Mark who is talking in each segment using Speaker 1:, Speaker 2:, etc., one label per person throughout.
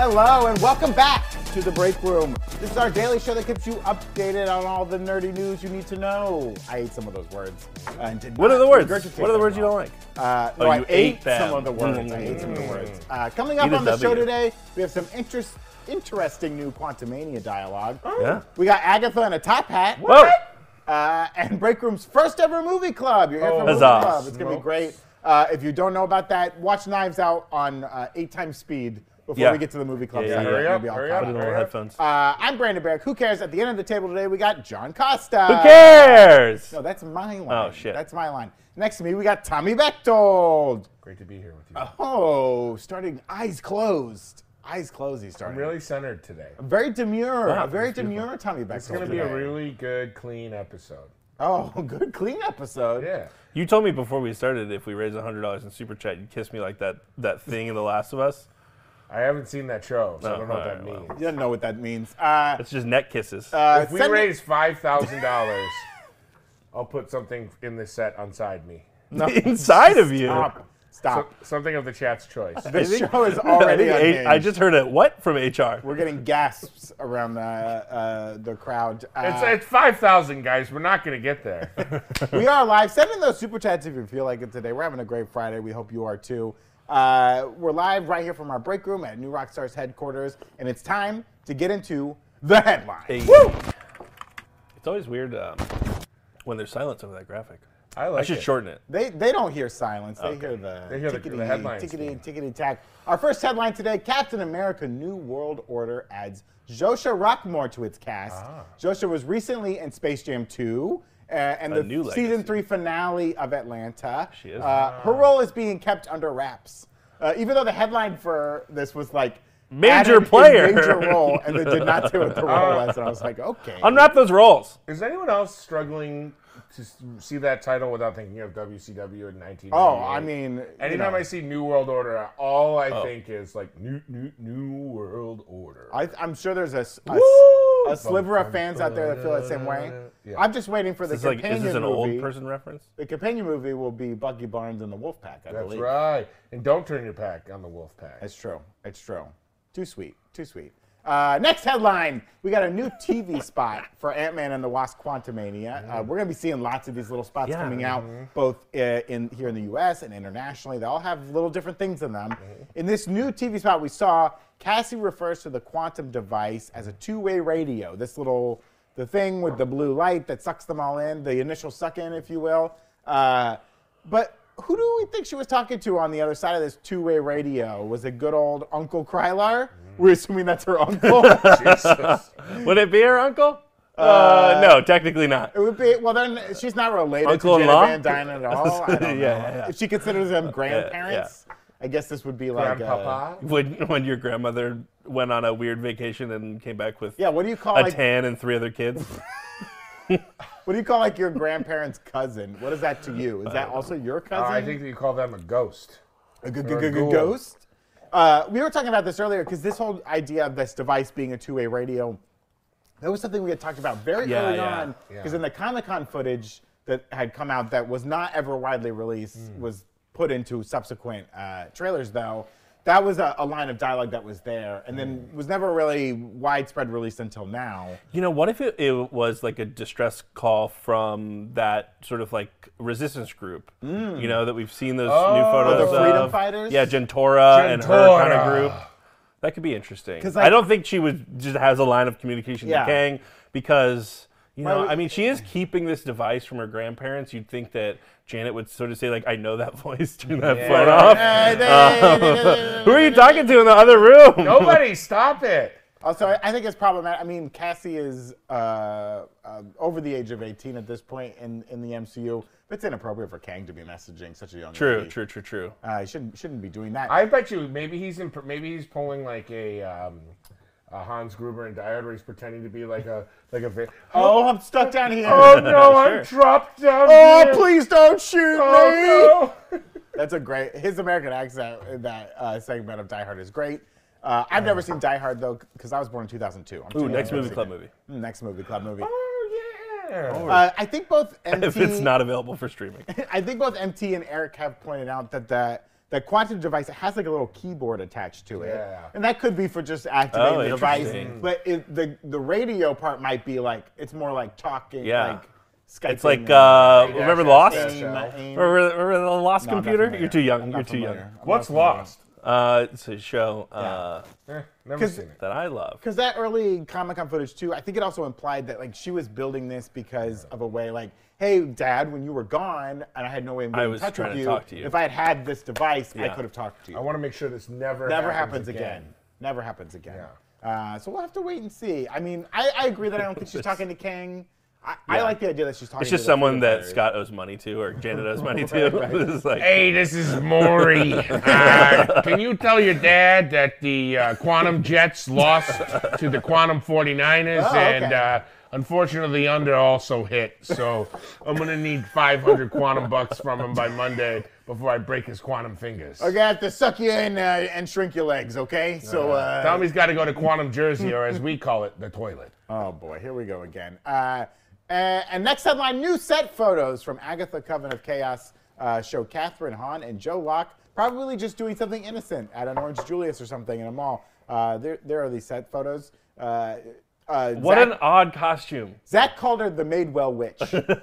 Speaker 1: Hello and welcome back to the break room. This is our daily show that keeps you updated on all the nerdy news you need to know. I ate some of those words. Uh, And did
Speaker 2: What
Speaker 1: not
Speaker 2: are the words?
Speaker 1: regurgitate
Speaker 2: What are the
Speaker 1: them
Speaker 2: words you
Speaker 1: all.
Speaker 2: don't like?
Speaker 1: Uh, no,
Speaker 2: Oh,
Speaker 1: I
Speaker 2: you
Speaker 1: ate,
Speaker 2: ate them. Mm.
Speaker 1: some of the words. I ate some of the words. Uh, coming up
Speaker 2: Eat a
Speaker 1: on the show
Speaker 2: W.
Speaker 1: today, we have some interest, interesting new Quantumania dialogue.
Speaker 2: Yeah.
Speaker 1: We got Agatha in a top hat.
Speaker 2: Whoa!
Speaker 1: Uh, and Break Room's first ever movie club. You're here for movie
Speaker 2: Oh. Huzzah.
Speaker 1: club. It's going to be great. Uh, if you don't know about that, watch Knives Out on uh, eight times speed before
Speaker 2: Yeah.
Speaker 1: we get to the movie club.
Speaker 2: Yeah, yeah,
Speaker 1: segment.
Speaker 2: yeah. Hurry
Speaker 1: You'll
Speaker 3: up,
Speaker 1: be all
Speaker 3: hurry
Speaker 1: caught
Speaker 3: up.
Speaker 2: Put in little
Speaker 3: Alright.
Speaker 2: headphones.
Speaker 1: Uh, I'm Brandon Barrick. Who cares? At the end of the table today, we got John Costa.
Speaker 2: Who cares?
Speaker 1: No, that's my line.
Speaker 2: Oh, shit.
Speaker 1: That's my line. Next to me, we got Tommy Bechtold.
Speaker 3: Great to be here with you.
Speaker 1: Oh, starting eyes closed. Eyes closed, he's starting.
Speaker 3: I'm really centered today.
Speaker 1: Very demure.
Speaker 2: Wow,
Speaker 1: a very
Speaker 2: that's beautiful.
Speaker 1: demure Tommy Bechtold.
Speaker 3: It's going to be a really good, clean episode.
Speaker 1: Oh, good clean episode.
Speaker 3: Yeah.
Speaker 2: You told me before we started if we raised hundred dollars in super chat, you'd kiss me like that that thing in The Last of Us.
Speaker 3: I haven't seen that show, so I
Speaker 2: Oh,
Speaker 3: don't know what that
Speaker 2: alright,
Speaker 3: means.
Speaker 1: You don't know what that means. Uh,
Speaker 2: It's just neck kisses.
Speaker 1: uh,
Speaker 3: If we
Speaker 1: send-
Speaker 3: raise $5,000, I'll put something in this set onside me.
Speaker 2: Inside of you.
Speaker 1: Stop.
Speaker 3: So,
Speaker 1: Stop.
Speaker 3: something of the chat's choice.
Speaker 1: the
Speaker 2: think-
Speaker 1: show is
Speaker 2: I,
Speaker 1: already
Speaker 2: think
Speaker 1: unhinged.
Speaker 2: I just heard a what from HR.
Speaker 1: We're getting gasps around the uh, the crowd.
Speaker 3: It's,
Speaker 1: Uh,
Speaker 3: it's 5,000, guys. We're not going to get there.
Speaker 1: we are live. Send in those super chats if you feel like it today. We're having a great Friday. We hope you are too. Uh, we're live right here from our break room at New Rockstars headquarters, and it's time to get into the headline.
Speaker 2: Hey. It's always weird um, when there's silence over that graphic.
Speaker 3: I
Speaker 2: I
Speaker 3: like
Speaker 2: should
Speaker 3: it.
Speaker 2: shorten it.
Speaker 1: They, they don't hear silence. They hear the
Speaker 3: They hear the- the
Speaker 1: tickety,
Speaker 3: headlines.
Speaker 1: tickety, tickety tack. Our first headline today: Captain America: New World Order adds Joshua Rockmore to its cast. Joshua was recently in Space Jam 2 uh, and
Speaker 2: A
Speaker 1: the
Speaker 2: new
Speaker 1: season
Speaker 2: legacy.
Speaker 1: three finale of Atlanta.
Speaker 2: She is.
Speaker 1: Uh, her role is being kept under wraps, uh, even though the headline for this was like
Speaker 2: Major
Speaker 1: added in
Speaker 2: player.
Speaker 1: major role, and they did not say what the role was, and I was like, okay.
Speaker 2: Unwrap those rolls.
Speaker 3: Is anyone else struggling to s- see that title without thinking of WCW in 1998?
Speaker 1: Oh, I mean, you
Speaker 3: Anytime
Speaker 1: know. Oh.
Speaker 3: I see New World Order, all I think is like New New New World Order.
Speaker 1: I, I'm sure there's a, s- a s-
Speaker 2: Woo!
Speaker 1: a sliver of fans out there that feel the same way.
Speaker 3: Yeah.
Speaker 1: I'm just waiting for the
Speaker 2: It's like,
Speaker 1: companion
Speaker 2: is this an
Speaker 1: movie.
Speaker 2: old person reference?
Speaker 1: The companion movie will be Bucky Barnes and the Wolfpack, I
Speaker 3: That's
Speaker 1: believe.
Speaker 3: right. And don't turn your back on the Wolf Pack.
Speaker 1: It's true. It's true. Too sweet. Too sweet. Uh, next headline we got a new TV spot for Ant Man and the Wasp Quantumania. Uh,
Speaker 3: Mm.
Speaker 1: we're going to be seeing lots of these little spots
Speaker 2: Yeah.
Speaker 1: coming out, both uh, in here in the US and internationally. They all have little different things in them. In this new TV spot we saw, Cassie refers to the quantum device as a two way radio. This little the thing with the blue light that sucks them all in, the initial suck in, if you will. Uh, but who do we think she was talking to on the other side of this two way radio? Was it good old Uncle Krylar? We're assuming that's her uncle.
Speaker 3: Jesus.
Speaker 2: Would it be her uncle? Uh, no, technically not.
Speaker 1: it would be, well, then she's not related to Janet
Speaker 2: Uncle-in-law?
Speaker 1: Van Dyne at all. I don't
Speaker 2: Yeah,
Speaker 1: know.
Speaker 2: yeah, yeah.
Speaker 1: If she considers them grandparents, I guess this would be like. uh,
Speaker 3: Grandpapa.
Speaker 2: When when your grandmother went on a weird vacation and came back with
Speaker 1: yeah, what do you call
Speaker 2: a
Speaker 1: like
Speaker 2: tan and three other kids.
Speaker 1: what do you call like your grandparents' cousin? What is that to you? Is that also your
Speaker 3: Uh,
Speaker 1: cousin?
Speaker 3: I think that you call them a ghost.
Speaker 1: A g- g-
Speaker 3: Or a
Speaker 1: g-
Speaker 3: ghoul.
Speaker 1: ghost? Uh, we were talking about this earlier because this whole idea of this device being a two-way radio, that was something we had talked about very
Speaker 2: Yeah,
Speaker 1: early
Speaker 2: yeah,
Speaker 1: on.
Speaker 3: yeah.
Speaker 1: Because in the Comic Con footage that had come out that was not ever widely released was put into subsequent uh, trailers, though. That was a, a line of dialogue that was there, and then was never really widespread released until now.
Speaker 2: You know, what if it, it was like a distress call from that sort of like resistance group?
Speaker 1: Mm.
Speaker 2: You know, that we've seen those new photos
Speaker 1: Oh, the freedom
Speaker 2: of.
Speaker 1: fighters?
Speaker 2: Yeah, Gentora, and her kind of
Speaker 3: Gentora.
Speaker 2: group. That could be interesting.
Speaker 1: 'Cause,
Speaker 2: I
Speaker 1: like-
Speaker 2: don't think she was just has a line of communication
Speaker 1: Yeah.
Speaker 2: to Kang because. You know,
Speaker 1: Well,
Speaker 2: I mean, she is keeping this device from her grandparents. You'd think that Janet would sort of say, like, "I know that voice. Turn that phone off." Who are you talking to in the other room?
Speaker 3: Nobody, stop it.
Speaker 1: Also, Oh, I- I think it's problematic. I mean, Cassie is uh, um over the age of 18 at this point in, in the MCU. It's inappropriate for Kang to be messaging such a young
Speaker 2: True,
Speaker 1: lady.
Speaker 2: true, true, true.
Speaker 1: Uh, he shouldn't, shouldn't be doing that.
Speaker 3: I bet you maybe he's in, maybe he's pulling like a, um, a Hans Gruber in Diary where he's pretending to be like a like a. Va-
Speaker 1: oh, I'm stuck down here.
Speaker 3: oh no, I'm trapped down
Speaker 1: Oh,
Speaker 3: here.
Speaker 1: please don't shoot me.
Speaker 3: Oh no.
Speaker 1: That's a great. His American accent in that uh, segment of Die Hard is great. Uh, I've never seen Die Hard, though, because I was born in 2002. I'm too
Speaker 2: Ooh,
Speaker 1: young
Speaker 2: next
Speaker 1: to have
Speaker 2: movie
Speaker 1: seen
Speaker 2: club
Speaker 1: it.
Speaker 2: movie.
Speaker 1: Mm, Next movie club movie.
Speaker 3: Oh yeah.
Speaker 1: Uh, I think both MT
Speaker 2: If it's not available for streaming.
Speaker 1: I think both MT and Eric have pointed out that the that quantum device it has like a little keyboard attached to it,
Speaker 3: Yeah.
Speaker 1: and that could be for just activating
Speaker 2: Oh,
Speaker 1: the device.
Speaker 2: interesting.
Speaker 1: But it, the the radio part might be like it's more like talking,
Speaker 2: Yeah.
Speaker 1: like Skype.
Speaker 2: It's like uh,
Speaker 3: Right,
Speaker 2: remember
Speaker 3: yeah,
Speaker 2: Lost?
Speaker 3: yeah, yeah.
Speaker 2: Remember, remember the Lost
Speaker 1: uh, No, I'm not
Speaker 2: uh, computer?
Speaker 1: familiar.
Speaker 2: You're too young.
Speaker 1: I'm
Speaker 2: You're
Speaker 1: not
Speaker 2: too young.
Speaker 1: familiar. I'm
Speaker 3: What's
Speaker 1: not familiar.
Speaker 3: lost?
Speaker 2: Uh, it's a show uh,
Speaker 3: Eh, never
Speaker 1: 'Cause-
Speaker 3: seen it.
Speaker 2: that I love.
Speaker 1: Because that early Comic Con footage too, I think it also implied that like she was building this because of a way like, hey, Dad, when you were gone and I had no way of
Speaker 2: I
Speaker 1: being in
Speaker 2: was
Speaker 1: touch
Speaker 2: trying
Speaker 1: with
Speaker 2: to
Speaker 1: you,
Speaker 2: talk to you."
Speaker 1: if I had had this device, I
Speaker 2: Yeah.
Speaker 1: could have talked to you.
Speaker 3: I want to make sure this never
Speaker 1: Never happens, again. Never happens again. Uh, so we'll have to wait and see. I mean, I, I agree that I don't think she's talking to Kang. I, I
Speaker 2: Yeah.
Speaker 1: like the idea that she's talking.
Speaker 2: It's just
Speaker 1: to the
Speaker 2: someone that
Speaker 1: Freemasons.
Speaker 2: Scott owes money to or Janet owes money to. This is like,
Speaker 3: Hey, this is Maury. Uh, can you tell your dad that the uh, Quantum Jets lost to the Quantum 49ers
Speaker 1: Oh, okay.
Speaker 3: and uh, unfortunately the under also hit. So I'm going to need 500 Quantum bucks from him by Monday before I break his Quantum fingers.
Speaker 1: We're gonna have to suck you in uh, and shrink your legs, okay? So. Uh,
Speaker 3: Tell him he's got to go to Quantum Jersey, or as we call it, the toilet.
Speaker 1: Oh boy, here we go again. Uh, and, and next headline: New set photos from Agatha Coven of Chaos uh, show Catherine Hahn and Joe Locke probably just doing something innocent at an Orange Julius or something in a mall. Uh, there, there are these set photos. Uh, uh,
Speaker 2: what
Speaker 1: Zach,
Speaker 2: an odd costume.
Speaker 1: Zach called her the Madewell Witch.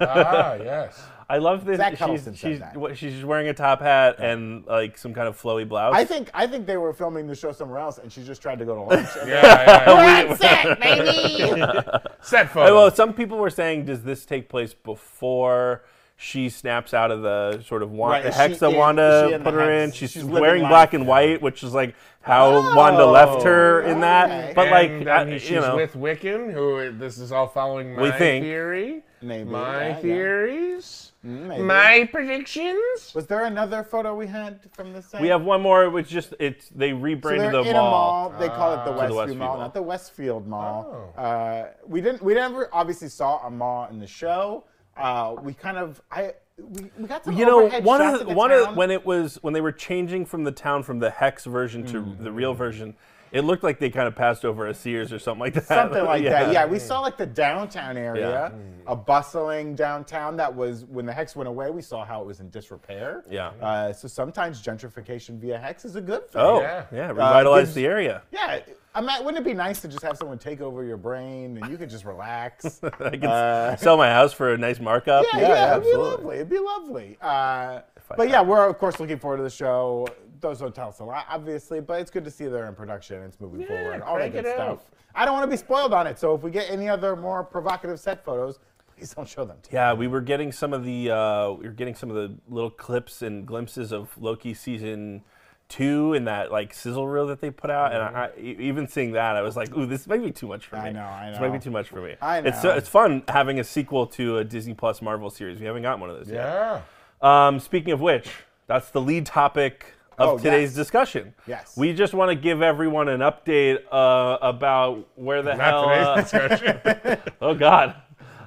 Speaker 3: ah, yes.
Speaker 2: I love this.
Speaker 1: Zach Huddleston
Speaker 2: she's
Speaker 1: said
Speaker 2: she's,
Speaker 1: that.
Speaker 2: what, she's wearing a top hat and like some kind of flowy blouse.
Speaker 1: I think I think they were filming the show somewhere else, and she just tried to go to lunch. And
Speaker 3: Yeah, yeah, yeah.
Speaker 1: We're on set, baby.
Speaker 3: Set
Speaker 2: Uh, Well,
Speaker 3: photo.
Speaker 2: some people were saying, does this take place before she snaps out of the sort of wan-
Speaker 1: Right,
Speaker 2: the
Speaker 1: is
Speaker 2: hex
Speaker 1: she
Speaker 2: that
Speaker 1: in-
Speaker 2: Wanda
Speaker 1: is she in the
Speaker 2: put her
Speaker 1: hex?
Speaker 2: in? She's,
Speaker 1: She's living
Speaker 2: wearing
Speaker 1: life. Oh,
Speaker 2: black and white, which is like how Wanda left her in that.
Speaker 1: okay.
Speaker 2: But like,
Speaker 3: and,
Speaker 2: I-
Speaker 3: um, she's
Speaker 2: you know,
Speaker 3: with Wiccan, who this is all following my
Speaker 2: We think.
Speaker 3: theory,
Speaker 1: Maybe, yeah,
Speaker 3: my
Speaker 1: yeah.
Speaker 3: theories,
Speaker 1: maybe.
Speaker 3: my predictions.
Speaker 1: Was there another photo we had from this? set?
Speaker 2: we have one more, which just it's they
Speaker 1: So
Speaker 2: rebranded
Speaker 1: they're
Speaker 2: the
Speaker 1: in
Speaker 2: mall.
Speaker 1: a mall. They call it the
Speaker 2: Ah. To the
Speaker 1: Westfield
Speaker 2: Westfield
Speaker 1: Mall,
Speaker 2: Mall. Oh.
Speaker 1: not the Westfield Mall. Uh, we didn't. We never obviously saw a mall in the show. Uh, we kind of. I. We, we got some
Speaker 2: You know,
Speaker 1: overhead
Speaker 2: one
Speaker 1: shots
Speaker 2: of the,
Speaker 1: the
Speaker 2: one of
Speaker 1: town.
Speaker 2: when it was when they were changing from the town from the hex version to
Speaker 1: Mm.
Speaker 2: the real version, it looked like they kind of passed over a Sears or something like that.
Speaker 1: something like that. Yeah, we saw like the downtown area, a bustling downtown that was when the hex went away. We saw how it was in disrepair.
Speaker 2: Yeah.
Speaker 1: Uh, so sometimes gentrification via hex is a good thing.
Speaker 2: Oh,
Speaker 3: Yeah.
Speaker 2: yeah,
Speaker 1: Uh,
Speaker 2: revitalized
Speaker 1: gives-
Speaker 2: the area.
Speaker 1: Yeah, I mean, wouldn't it be nice to just have someone take over your brain and you could just relax?
Speaker 2: I can s- sell my house for a nice markup.
Speaker 1: Uh, Yeah, yeah, it'd be lovely. It'd be lovely. Uh, but
Speaker 2: had-
Speaker 1: yeah, we're of course looking forward to the show. Those don't tell us a lot, obviously, but it's good to see they're in production. It's moving forward. All that
Speaker 3: crank
Speaker 1: good
Speaker 3: it
Speaker 1: stuff.
Speaker 3: out.
Speaker 1: I don't want to be spoiled on it, so if we get any other more provocative set photos, please don't show them to me.
Speaker 2: Yeah, we were getting some of the uh, we were getting some of the little clips and glimpses of Loki season two and that like sizzle reel that they put out, and I, I- e- even seeing that, I was like, "Ooh, this might be too much for me."
Speaker 1: Mm-hmm. I know, I
Speaker 2: This might be
Speaker 1: know.
Speaker 2: too much for me.
Speaker 1: I
Speaker 2: It's
Speaker 1: know.
Speaker 2: it's fun having a sequel to a Disney Plus Marvel series. We haven't gotten one of those yet.
Speaker 3: Yeah.
Speaker 2: Um, speaking of which, that's the lead topic of
Speaker 1: Oh,
Speaker 2: today's
Speaker 1: yes.
Speaker 2: discussion.
Speaker 1: Yes.
Speaker 2: We just want to give everyone an update uh, about where the hell.
Speaker 3: Not
Speaker 2: uh,
Speaker 3: today's discussion.
Speaker 2: oh God.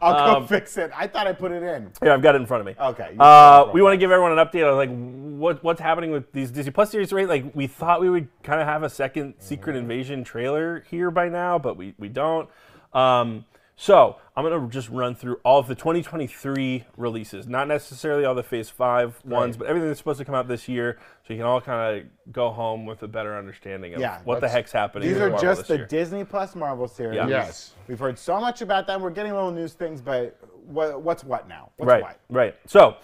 Speaker 1: I'll go
Speaker 2: Um,
Speaker 1: fix it. I thought I put it in.
Speaker 2: Here, I've got it in front of me.
Speaker 1: Okay, you-
Speaker 2: Uh, we want to give everyone an update on like what what's happening with these Disney Plus series, right? Like we thought we would kind of have a 2nd Secret Invasion trailer here by now, but we we don't. Um, so I'm gonna just run through all of the 2023 releases, not necessarily all the Phase Five ones, but everything that's supposed to come out this year, so you can all kind of go home with a better understanding of
Speaker 1: Yeah,
Speaker 2: what the
Speaker 1: let's-
Speaker 2: heck's happening.
Speaker 1: These
Speaker 2: with
Speaker 1: are
Speaker 2: Marvel
Speaker 1: just
Speaker 2: this
Speaker 1: the
Speaker 2: year.
Speaker 1: Disney Plus Marvel series.
Speaker 2: Yeah.
Speaker 3: Yes.
Speaker 1: We've heard so much about them. We're getting little news things, but what, what's what now? What's
Speaker 2: right,
Speaker 1: what?
Speaker 2: right. So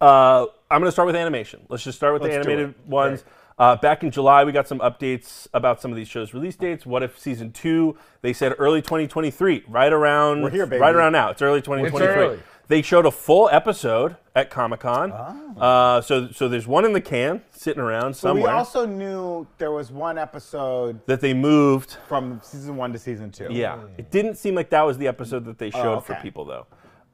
Speaker 2: uh, I'm going to start with animation. Let's just start with the
Speaker 1: Let's do
Speaker 2: animated ones. Uh, back in July, we got some updates about some of these shows' release dates. What if season two? They said early 2023, right around
Speaker 1: We're here, baby.
Speaker 2: right around now. It's early 2023.
Speaker 3: early.
Speaker 2: They showed a full episode at Comic Con. Uh, so so there's one in the can sitting around
Speaker 1: Ah. We
Speaker 2: somewhere
Speaker 1: also knew there was one episode
Speaker 2: that they moved.
Speaker 1: from season one to season two.
Speaker 2: Yeah, it didn't seem like that was the episode that they showed
Speaker 1: Hmm.
Speaker 2: for
Speaker 1: Oh, okay.
Speaker 2: people though.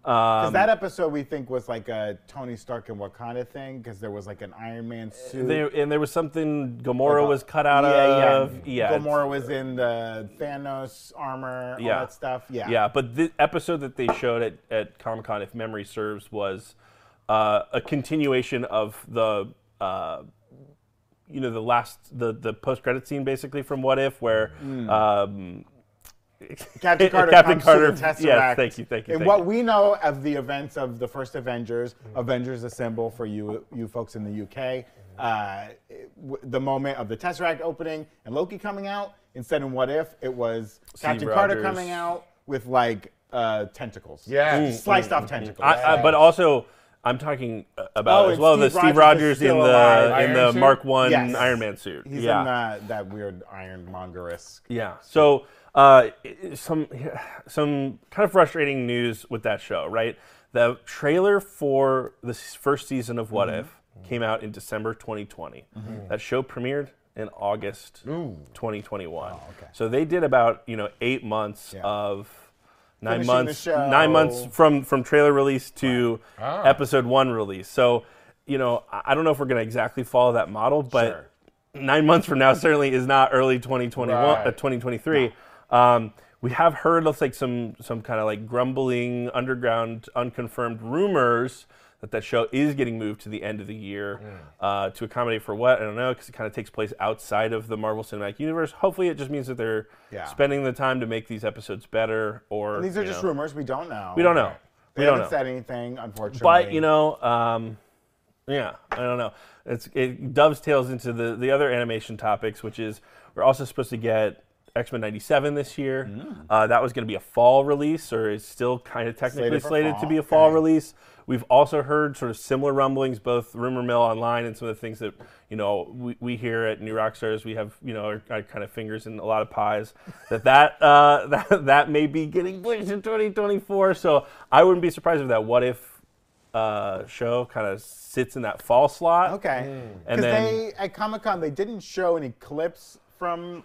Speaker 1: 'Cause
Speaker 2: Um,
Speaker 1: that episode we think was like a Tony Stark and Wakanda thing because there was like an Iron Man suit.
Speaker 2: There, and there was something Gamora
Speaker 1: Like a-
Speaker 2: was cut out
Speaker 1: yeah,
Speaker 2: of.
Speaker 1: Yeah.
Speaker 2: it's-
Speaker 1: Gamora was in the Thanos armor, all
Speaker 2: Yeah.
Speaker 1: that stuff. Yeah.
Speaker 2: Yeah, but the episode that they showed at, at Comic Con, if memory serves, was uh, a continuation of the uh, you know the last the the post credit scene basically from What If, where um,
Speaker 1: Mm. Captain Carter
Speaker 2: Captain
Speaker 1: comes
Speaker 2: Carter-
Speaker 1: to the Tesseract.
Speaker 2: yes, thank you, thank you,
Speaker 1: And
Speaker 2: thank
Speaker 1: what
Speaker 2: you.
Speaker 1: we know of the events of the first Avengers, Avengers Assemble for you you folks in the UK, uh, w- the moment of the Tesseract opening and Loki coming out. Instead, in What If, it was Captain Carter
Speaker 2: Rogers.
Speaker 1: coming out with like uh, tentacles.
Speaker 3: Yeah. Mm,
Speaker 1: sliced off tentacles.
Speaker 2: I, I, but also, I'm talking uh, about
Speaker 1: Oh,
Speaker 2: as
Speaker 1: and
Speaker 2: well the
Speaker 1: Steve
Speaker 2: Steve
Speaker 1: Rogers is
Speaker 2: Rogers in
Speaker 1: still
Speaker 2: the
Speaker 1: alive.
Speaker 2: in
Speaker 3: Iron
Speaker 2: the
Speaker 3: suit?
Speaker 2: Mark One
Speaker 1: Yes.
Speaker 2: Iron Man suit.
Speaker 1: He's
Speaker 2: yeah,
Speaker 1: in that, that weird ironmonger-esque.
Speaker 2: yeah. So uh, some some kind of frustrating news with that show, right? The trailer for the s- first season of What
Speaker 1: Mm-hmm.
Speaker 2: If came out in December 2020. That show premiered in August 2021. So they did about you know eight months
Speaker 1: Oh, Yeah.
Speaker 2: of nine
Speaker 1: Finishing the
Speaker 2: months
Speaker 1: show.
Speaker 2: nine months from from trailer release to
Speaker 3: Ah.
Speaker 2: episode one release. So, you know, I I don't know if we're going to exactly follow that model, but
Speaker 1: Sure.
Speaker 2: nine months from now certainly is not early 2021,
Speaker 3: Right.
Speaker 2: uh, 2023. Um, we have heard of like some some kind of like grumbling underground unconfirmed rumors that that show is getting moved to the end of the year uh, to accommodate for what I don't know because it kind of takes place outside of the Marvel Cinematic Universe. Hopefully, it just means that they're
Speaker 1: Yeah.
Speaker 2: spending the time to make these episodes better or
Speaker 1: These are
Speaker 2: you
Speaker 1: just
Speaker 2: know.
Speaker 1: rumors. We don't know.
Speaker 2: We don't know.
Speaker 1: They
Speaker 2: we don't
Speaker 1: haven't
Speaker 2: know.
Speaker 1: said anything, unfortunately.
Speaker 2: But you know, um, yeah, I don't know. It's it dovetails into the the other animation topics, which is we're also supposed to get X Men '97 this year. Uh, that was going to be a fall release, or is still kind of technically
Speaker 1: for
Speaker 2: slated,
Speaker 1: fall,
Speaker 2: to be a fall
Speaker 1: okay.
Speaker 2: release. We've also heard sort of similar rumblings, both rumor mill online and some of the things that you know we, we hear at New Rockstars. We have you know our, our kind of fingers in a lot of pies. That that, uh, that that may be getting pushed in 2024. So I wouldn't be surprised if that what if uh, show kind of sits in that fall slot.
Speaker 1: Okay. Because
Speaker 2: Hmm. And then-
Speaker 1: they at Comic Con they didn't show any clips from.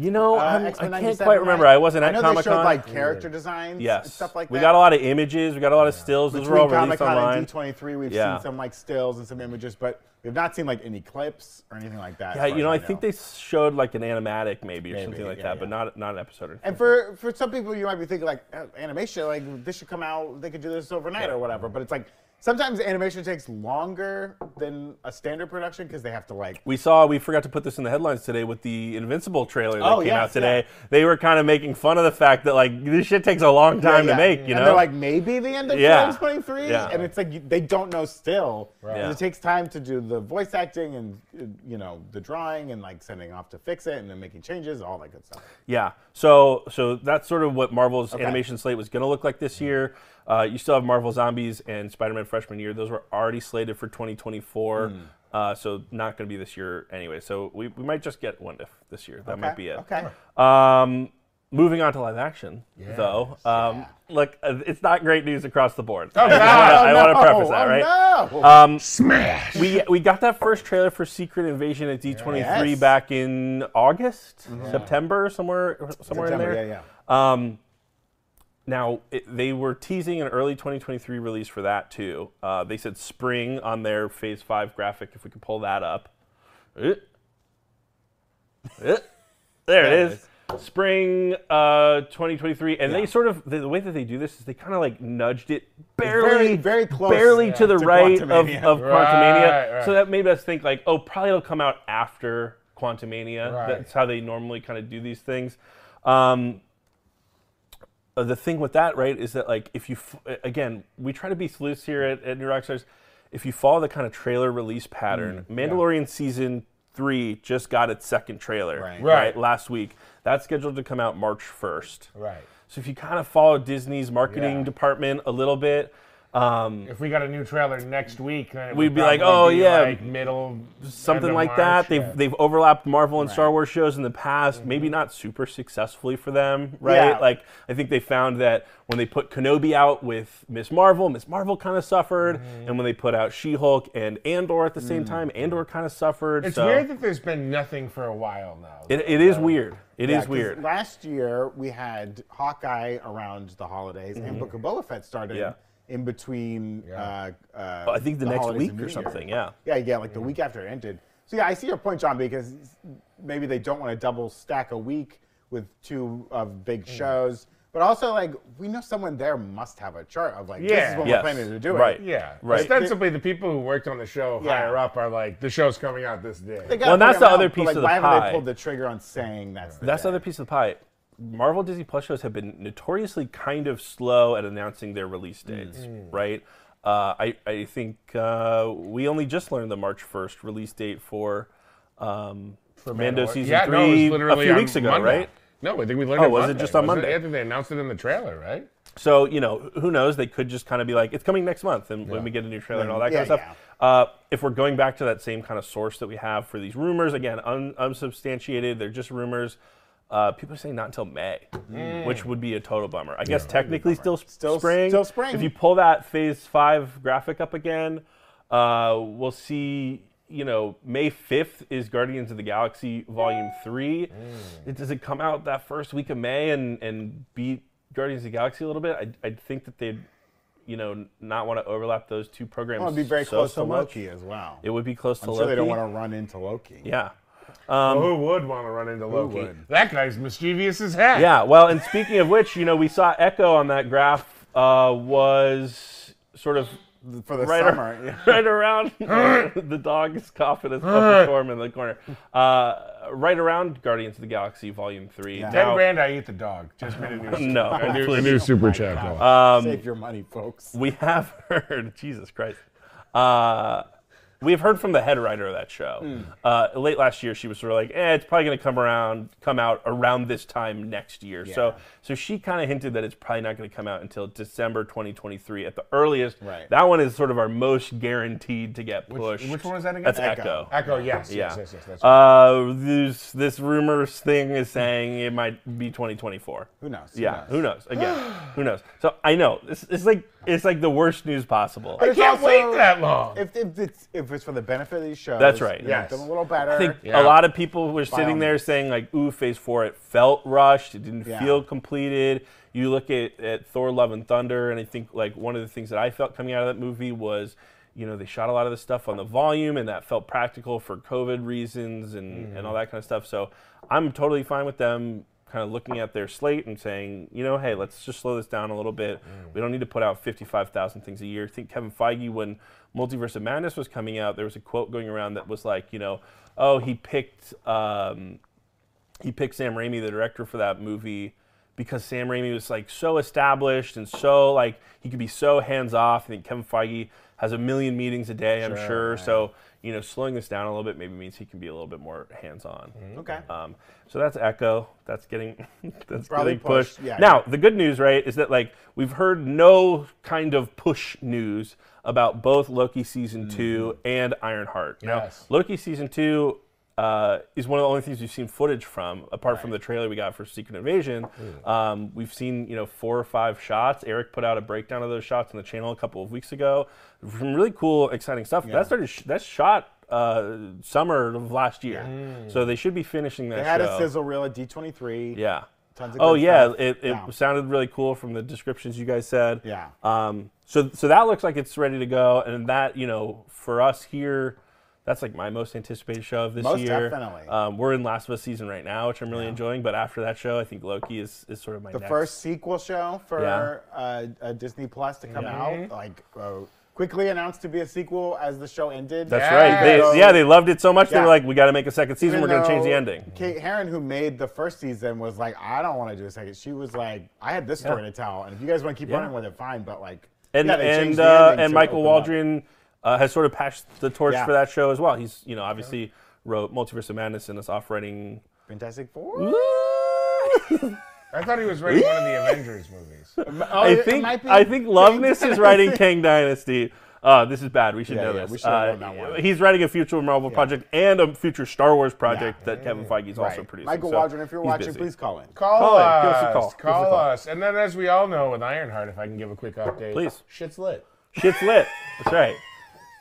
Speaker 2: You know,
Speaker 1: Uh,
Speaker 2: I'm-
Speaker 1: X-Men
Speaker 2: Um, I
Speaker 1: 97,
Speaker 2: can't quite remember.
Speaker 1: right?
Speaker 2: I wasn't
Speaker 1: I
Speaker 2: at
Speaker 1: know
Speaker 2: Comic
Speaker 1: they showed
Speaker 2: Con.
Speaker 1: like character designs.
Speaker 2: yes,
Speaker 1: And stuff like
Speaker 2: we
Speaker 1: that.
Speaker 2: got a lot of images. We got a lot of stills. Those were all
Speaker 1: Between
Speaker 2: released
Speaker 1: Comic Con
Speaker 2: online.
Speaker 1: and D23, we've
Speaker 2: Yeah.
Speaker 1: seen some like stills and some images, but we've not seen like any clips or anything like that. as
Speaker 2: Yeah,
Speaker 1: far
Speaker 2: you
Speaker 1: as
Speaker 2: know, I think they showed like an animatic maybe or
Speaker 1: Maybe,
Speaker 2: something like
Speaker 1: yeah,
Speaker 2: that,
Speaker 1: yeah.
Speaker 2: but not not an episode. Or anything.
Speaker 1: And for for some people, you might be thinking like uh, animation, like this should come out, they could do this overnight or whatever. But it's like sometimes animation takes longer than a standard production because they have to like
Speaker 2: we saw we forgot to put this in the headlines today with the Invincible trailer that
Speaker 1: Oh,
Speaker 2: came
Speaker 1: yes,
Speaker 2: out today. They were kind of making fun of the fact that like this shit takes a long time
Speaker 1: Yeah,
Speaker 2: to
Speaker 1: yeah.
Speaker 2: make. You know,
Speaker 1: and they're like maybe the end of
Speaker 2: Yeah.
Speaker 1: 2023,
Speaker 2: Yeah.
Speaker 1: and it's like you- they don't know still. Right.
Speaker 2: Yeah.
Speaker 1: It takes time to do the voice acting and uh, you know the drawing and like sending off to fix it and then making changes, all that good stuff.
Speaker 2: Yeah. So so that's sort of what Marvel's
Speaker 1: Okay.
Speaker 2: animation slate was going to look like this year. Uh, you still have Marvel Zombies and Spider-Man Freshman Year. Those were already slated for 2024.
Speaker 1: Hmm.
Speaker 2: Uh, so not going to be this year anyway. So we, we might just get one if this year. That might
Speaker 1: Okay,
Speaker 2: be it.
Speaker 1: okay.
Speaker 2: Um, moving on to live action though. Um,
Speaker 1: yeah.
Speaker 2: Look, uh, it's not great news across the board. I,
Speaker 3: God.
Speaker 2: wanna- I want to
Speaker 1: Oh,
Speaker 2: preface that,
Speaker 1: oh,
Speaker 2: right?
Speaker 1: no.
Speaker 3: Smash.
Speaker 2: Um, we we got that first trailer for Secret Invasion at D23
Speaker 1: Yes. Mm-hmm.
Speaker 2: back in August, September, somewhere somewhere
Speaker 1: September,
Speaker 2: in there.
Speaker 1: yeah,
Speaker 2: Um, now it, they were teasing an early 2023 release for that too. Uh, they said spring on their Phase Five graphic. If we could pull that up, Eh. Eh. there
Speaker 1: There it
Speaker 2: it is. Spring uh, 2023, and they sort of the, the way that they do this is they kind of like nudged it barely,
Speaker 1: very close,
Speaker 2: barely
Speaker 1: yeah,
Speaker 2: to the
Speaker 1: to
Speaker 2: right of,
Speaker 1: Quantumania.
Speaker 2: of
Speaker 3: Right,
Speaker 2: Quantumania.
Speaker 3: right.
Speaker 2: So that made us think like, oh, probably it'll come out after Quantumania.
Speaker 3: Right.
Speaker 2: That's how they normally kind of do these things. Um, uh, the thing with that, right, is that like if you f- uh, again, we try to be loose here at, at New Rockstars. If you follow the kind of trailer release pattern,
Speaker 3: Mm,
Speaker 2: Mandalorian season three just got its second trailer,
Speaker 1: Right.
Speaker 3: Right.
Speaker 2: Last week, that's scheduled to come out March first.
Speaker 3: Right.
Speaker 2: So if you kind of follow Disney's marketing
Speaker 3: Yeah.
Speaker 2: department a little bit, um,
Speaker 3: If we got a new trailer next week, then it
Speaker 2: We'd
Speaker 3: would
Speaker 2: be like,
Speaker 3: probably
Speaker 2: oh,
Speaker 3: be,
Speaker 2: yeah,
Speaker 3: like middle
Speaker 2: something
Speaker 3: end of
Speaker 2: like
Speaker 3: March,
Speaker 2: that. They've
Speaker 3: yeah. Mm-hmm.
Speaker 2: they've overlapped Marvel and Star Wars shows in the past, maybe not super successfully for them, right?
Speaker 1: Yeah.
Speaker 2: Like I think they found that when they put Kenobi out with Miss Marvel, Miss Marvel kind of suffered,
Speaker 3: Mm-hmm.
Speaker 2: and when they put out She-Hulk and Andor at the same time, Andor kind of suffered.
Speaker 3: Mm. It's
Speaker 2: so
Speaker 3: weird that there's been nothing for a while now.
Speaker 2: It, it is weird. It is
Speaker 1: Yeah, 'cause
Speaker 2: weird.
Speaker 1: Last year we had Hawkeye around the holidays, and Book of Boba Fett started
Speaker 2: Mm-hmm. Yeah.
Speaker 1: in between. Uh, uh,
Speaker 2: I think the, next
Speaker 1: holidays and
Speaker 2: week
Speaker 1: New
Speaker 2: or
Speaker 1: Year.
Speaker 2: something. Yeah.
Speaker 1: Yeah, yeah, like the week after it ended. So yeah, I see your point, John, because maybe they don't want to double stack a week with two of big shows. But also, like, we know someone there must have a chart of like, this is
Speaker 3: Yeah.
Speaker 1: what
Speaker 2: Yes.
Speaker 1: we're planning to do. it.
Speaker 2: Right.
Speaker 3: yeah,
Speaker 2: Right.
Speaker 3: Ostensibly, the people who worked on the show
Speaker 1: Yeah.
Speaker 3: higher up are like, the show's coming out this day.
Speaker 1: They
Speaker 2: Well,
Speaker 1: gotta
Speaker 2: and that's
Speaker 1: figure
Speaker 2: the
Speaker 1: it out,
Speaker 2: other
Speaker 1: but,
Speaker 2: piece
Speaker 1: like,
Speaker 2: of the
Speaker 1: why haven't
Speaker 2: pie.
Speaker 1: they pulled the trigger on saying that's the
Speaker 2: That's the
Speaker 1: day?
Speaker 2: other piece of the pie. Marvel
Speaker 3: Hmm.
Speaker 2: Disney Plus shows have been notoriously kind of slow at announcing their release dates, right? Uh, I, I think uh, we only just learned the March 1st release date for, um, for Mando
Speaker 3: Mandalor-
Speaker 2: season
Speaker 3: yeah,
Speaker 2: three
Speaker 3: no, it was literally
Speaker 2: a few
Speaker 3: on
Speaker 2: weeks ago,
Speaker 3: Monday.
Speaker 2: right?
Speaker 3: No, I think we learned.
Speaker 2: Oh,
Speaker 3: it
Speaker 2: was it
Speaker 3: Monday.
Speaker 2: just on
Speaker 3: Wasn't it
Speaker 2: Monday?
Speaker 3: after they announced it in the trailer, right?
Speaker 2: So you know, who knows? They could just kind of be like, "It's coming next month," and when we get a new trailer and all that
Speaker 1: Yeah,
Speaker 2: kind of stuff. Uh, if we're going back to that same kind of source that we have for these rumors, again, un- unsubstantiated, they're just rumors. Uh, people are saying not until May, which would be a total bummer. I guess technically still s-
Speaker 1: Mm. Still-
Speaker 2: spring.
Speaker 1: still spring.
Speaker 2: If you pull that Phase Five graphic up again, uh, we'll see. You know, May fifth is Guardians of the Galaxy Volume Three.
Speaker 1: Mm.
Speaker 2: It, does it come out that first week of May and and beat Guardians of the Galaxy a little bit? I I think that they'd, you know, n- not want to overlap those two programs.
Speaker 1: I want to be very
Speaker 2: so,
Speaker 1: close
Speaker 2: so
Speaker 1: to
Speaker 2: much.
Speaker 1: Loki as well.
Speaker 2: It would be close to
Speaker 1: I'm sure
Speaker 2: Loki.
Speaker 1: they don't want to run into Loki.
Speaker 2: yeah.
Speaker 3: who would want to run into Loki?
Speaker 1: would?
Speaker 3: That guy's mischievous as heck.
Speaker 2: Yeah. Well, and speaking of which, you know, we saw Echo on that graph uh, was sort of
Speaker 1: For the
Speaker 2: right, ar-
Speaker 1: summer. yeah.
Speaker 2: right around the dog is coughing his puppy storm in the corner. Uh, right around Guardians of the Galaxy Volume Three.
Speaker 1: Yeah.
Speaker 3: Ten
Speaker 2: Now-
Speaker 3: grand, I eat the dog. Just made a new.
Speaker 2: No,
Speaker 3: a new,
Speaker 2: please.
Speaker 3: a new super chat. Uh,
Speaker 2: Um,
Speaker 1: Save your money, folks.
Speaker 2: We have heard, Jesus Christ. Uh, we've heard from the head writer of that show. Uh, late last year, she was sort of like, "Eh, it's probably going to come around, come out around this time next year." So, so she kind of hinted that it's probably not going to come out until December 2023 at the earliest.
Speaker 1: Right.
Speaker 2: That one is sort of our most guaranteed to get pushed.
Speaker 3: which one is that again?
Speaker 2: That's
Speaker 1: Echo.
Speaker 2: Echo.
Speaker 3: Echo, yes,
Speaker 2: Yeah.
Speaker 3: yes, yes, yes. That's
Speaker 2: Uh, this this rumors thing is saying it might be 2024.
Speaker 1: Who knows? Who
Speaker 2: Yeah,
Speaker 1: knows?
Speaker 2: who knows? Again, who knows? So I know it's, it's like it's like the worst news possible.
Speaker 3: I
Speaker 1: There's
Speaker 3: can't
Speaker 1: also-
Speaker 3: wait that long.
Speaker 1: If, if, it's, if it's for the benefit of these shows,
Speaker 2: That's right.
Speaker 1: you know,
Speaker 3: Yes.
Speaker 1: Them a little better.
Speaker 2: I think
Speaker 3: Yeah.
Speaker 2: a lot of people were
Speaker 1: all
Speaker 2: sitting there saying like, "Ooh, Phase Four, it felt rushed. It didn't
Speaker 1: Yeah.
Speaker 2: feel completed." You look at, at Thor: Love and Thunder, and I think like one of the things that I felt coming out of that movie was, you know, they shot a lot of the stuff on the volume, and that felt practical for COVID reasons and and all that kind of stuff. So I'm totally fine with them kind of looking at their slate and saying, you know, hey, let's just slow this down a little bit. We don't need to put out 55,000 things a year. I think Kevin Feige, when Multiverse of Madness was coming out, there was a quote going around that was like, you know, oh, he picked um, he picked Sam Raimi, the director for that movie, because Sam Raimi was like so established and so like he could be so hands off. I think Kevin Feige has a million meetings a day, I'm sure. So you know, slowing this down a little bit maybe means he can be a little bit more hands on.
Speaker 1: Okay.
Speaker 2: Um, so that's Echo. That's getting that's
Speaker 1: Probably
Speaker 2: getting pushed.
Speaker 1: pushed, yeah.
Speaker 2: Now the good news, right, is that like we've heard no kind of push news about both Loki season
Speaker 1: Mm-hmm.
Speaker 2: two and Ironheart.
Speaker 3: Yes.
Speaker 2: Now Loki season two uh, is one of the only things we've seen footage from, apart from the trailer we got for Secret Invasion. Um, we've seen you know four or five shots. Eric put out a breakdown of those shots on the channel a couple of weeks ago. Some really cool, exciting stuff. That started sh- that shot. Uh, summer of last year, so they should be finishing that.
Speaker 1: Mm. They had
Speaker 2: show.
Speaker 1: a sizzle reel at D23.
Speaker 2: Yeah.
Speaker 1: Tons of
Speaker 2: oh
Speaker 1: good
Speaker 2: yeah,
Speaker 1: stuff.
Speaker 2: it, it
Speaker 1: Yeah.
Speaker 2: sounded really cool from the descriptions you guys said.
Speaker 1: Yeah.
Speaker 2: Um. So so that looks like it's ready to go, and that you know for us here, that's like my most anticipated show of this
Speaker 1: Most
Speaker 2: year.
Speaker 1: definitely.
Speaker 2: Um, we're in Last of Us season right now, which I'm really enjoying. But after that show, I think Loki is is sort of my
Speaker 1: The
Speaker 2: next.
Speaker 1: first sequel show for
Speaker 2: Yeah.
Speaker 1: uh, uh, Disney Plus to come out, like uh, quickly announced to be a sequel as the show ended.
Speaker 2: That's right. They,
Speaker 1: So-
Speaker 2: yeah, they loved it so much they
Speaker 1: Yeah.
Speaker 2: were like, we got to make a second season. We're
Speaker 1: even
Speaker 2: going to change the
Speaker 1: though
Speaker 2: ending.
Speaker 1: Kate Herron, who made the first season, was like, I don't want to do a second. She was like, I had this story to tell, and if you guys want to keep
Speaker 2: Yeah.
Speaker 1: running with it, fine. But like,
Speaker 2: and
Speaker 1: yeah, they changed
Speaker 2: and
Speaker 1: the
Speaker 2: uh,
Speaker 1: ending
Speaker 2: and
Speaker 1: to
Speaker 2: Michael
Speaker 1: open up.
Speaker 2: Waldron uh, has sort of passed the torch
Speaker 1: Yeah.
Speaker 2: for that show as well. He's you know obviously wrote Multiverse of Madness and is off writing.
Speaker 1: Fantastic Four.
Speaker 2: Mm.
Speaker 3: I thought he was writing one of the Avengers movies.
Speaker 1: Oh,
Speaker 2: I
Speaker 1: it- it
Speaker 2: think
Speaker 1: might be
Speaker 2: I think Loveness
Speaker 1: King
Speaker 2: is writing
Speaker 1: Dynasty.
Speaker 2: Kang Dynasty. Uh, this is bad. We should
Speaker 1: Yeah,
Speaker 2: know
Speaker 1: yeah,
Speaker 2: this. Uh,
Speaker 1: we should have known that one.
Speaker 2: He's writing a future Marvel project and a future Star Wars project that Kevin Feige is also
Speaker 1: Right.
Speaker 2: producing.
Speaker 1: Michael
Speaker 2: so
Speaker 1: Waldron, if you're
Speaker 2: he's
Speaker 1: watching,
Speaker 2: busy.
Speaker 1: please call in.
Speaker 3: Call,
Speaker 2: Call
Speaker 3: us.
Speaker 2: in. Give us a call. Give us a
Speaker 3: Call
Speaker 2: call.
Speaker 3: us. And then, as we all know, with Ironheart, if I can give a quick update,
Speaker 2: Please.
Speaker 3: shit's lit.
Speaker 2: Shit's lit. That's right.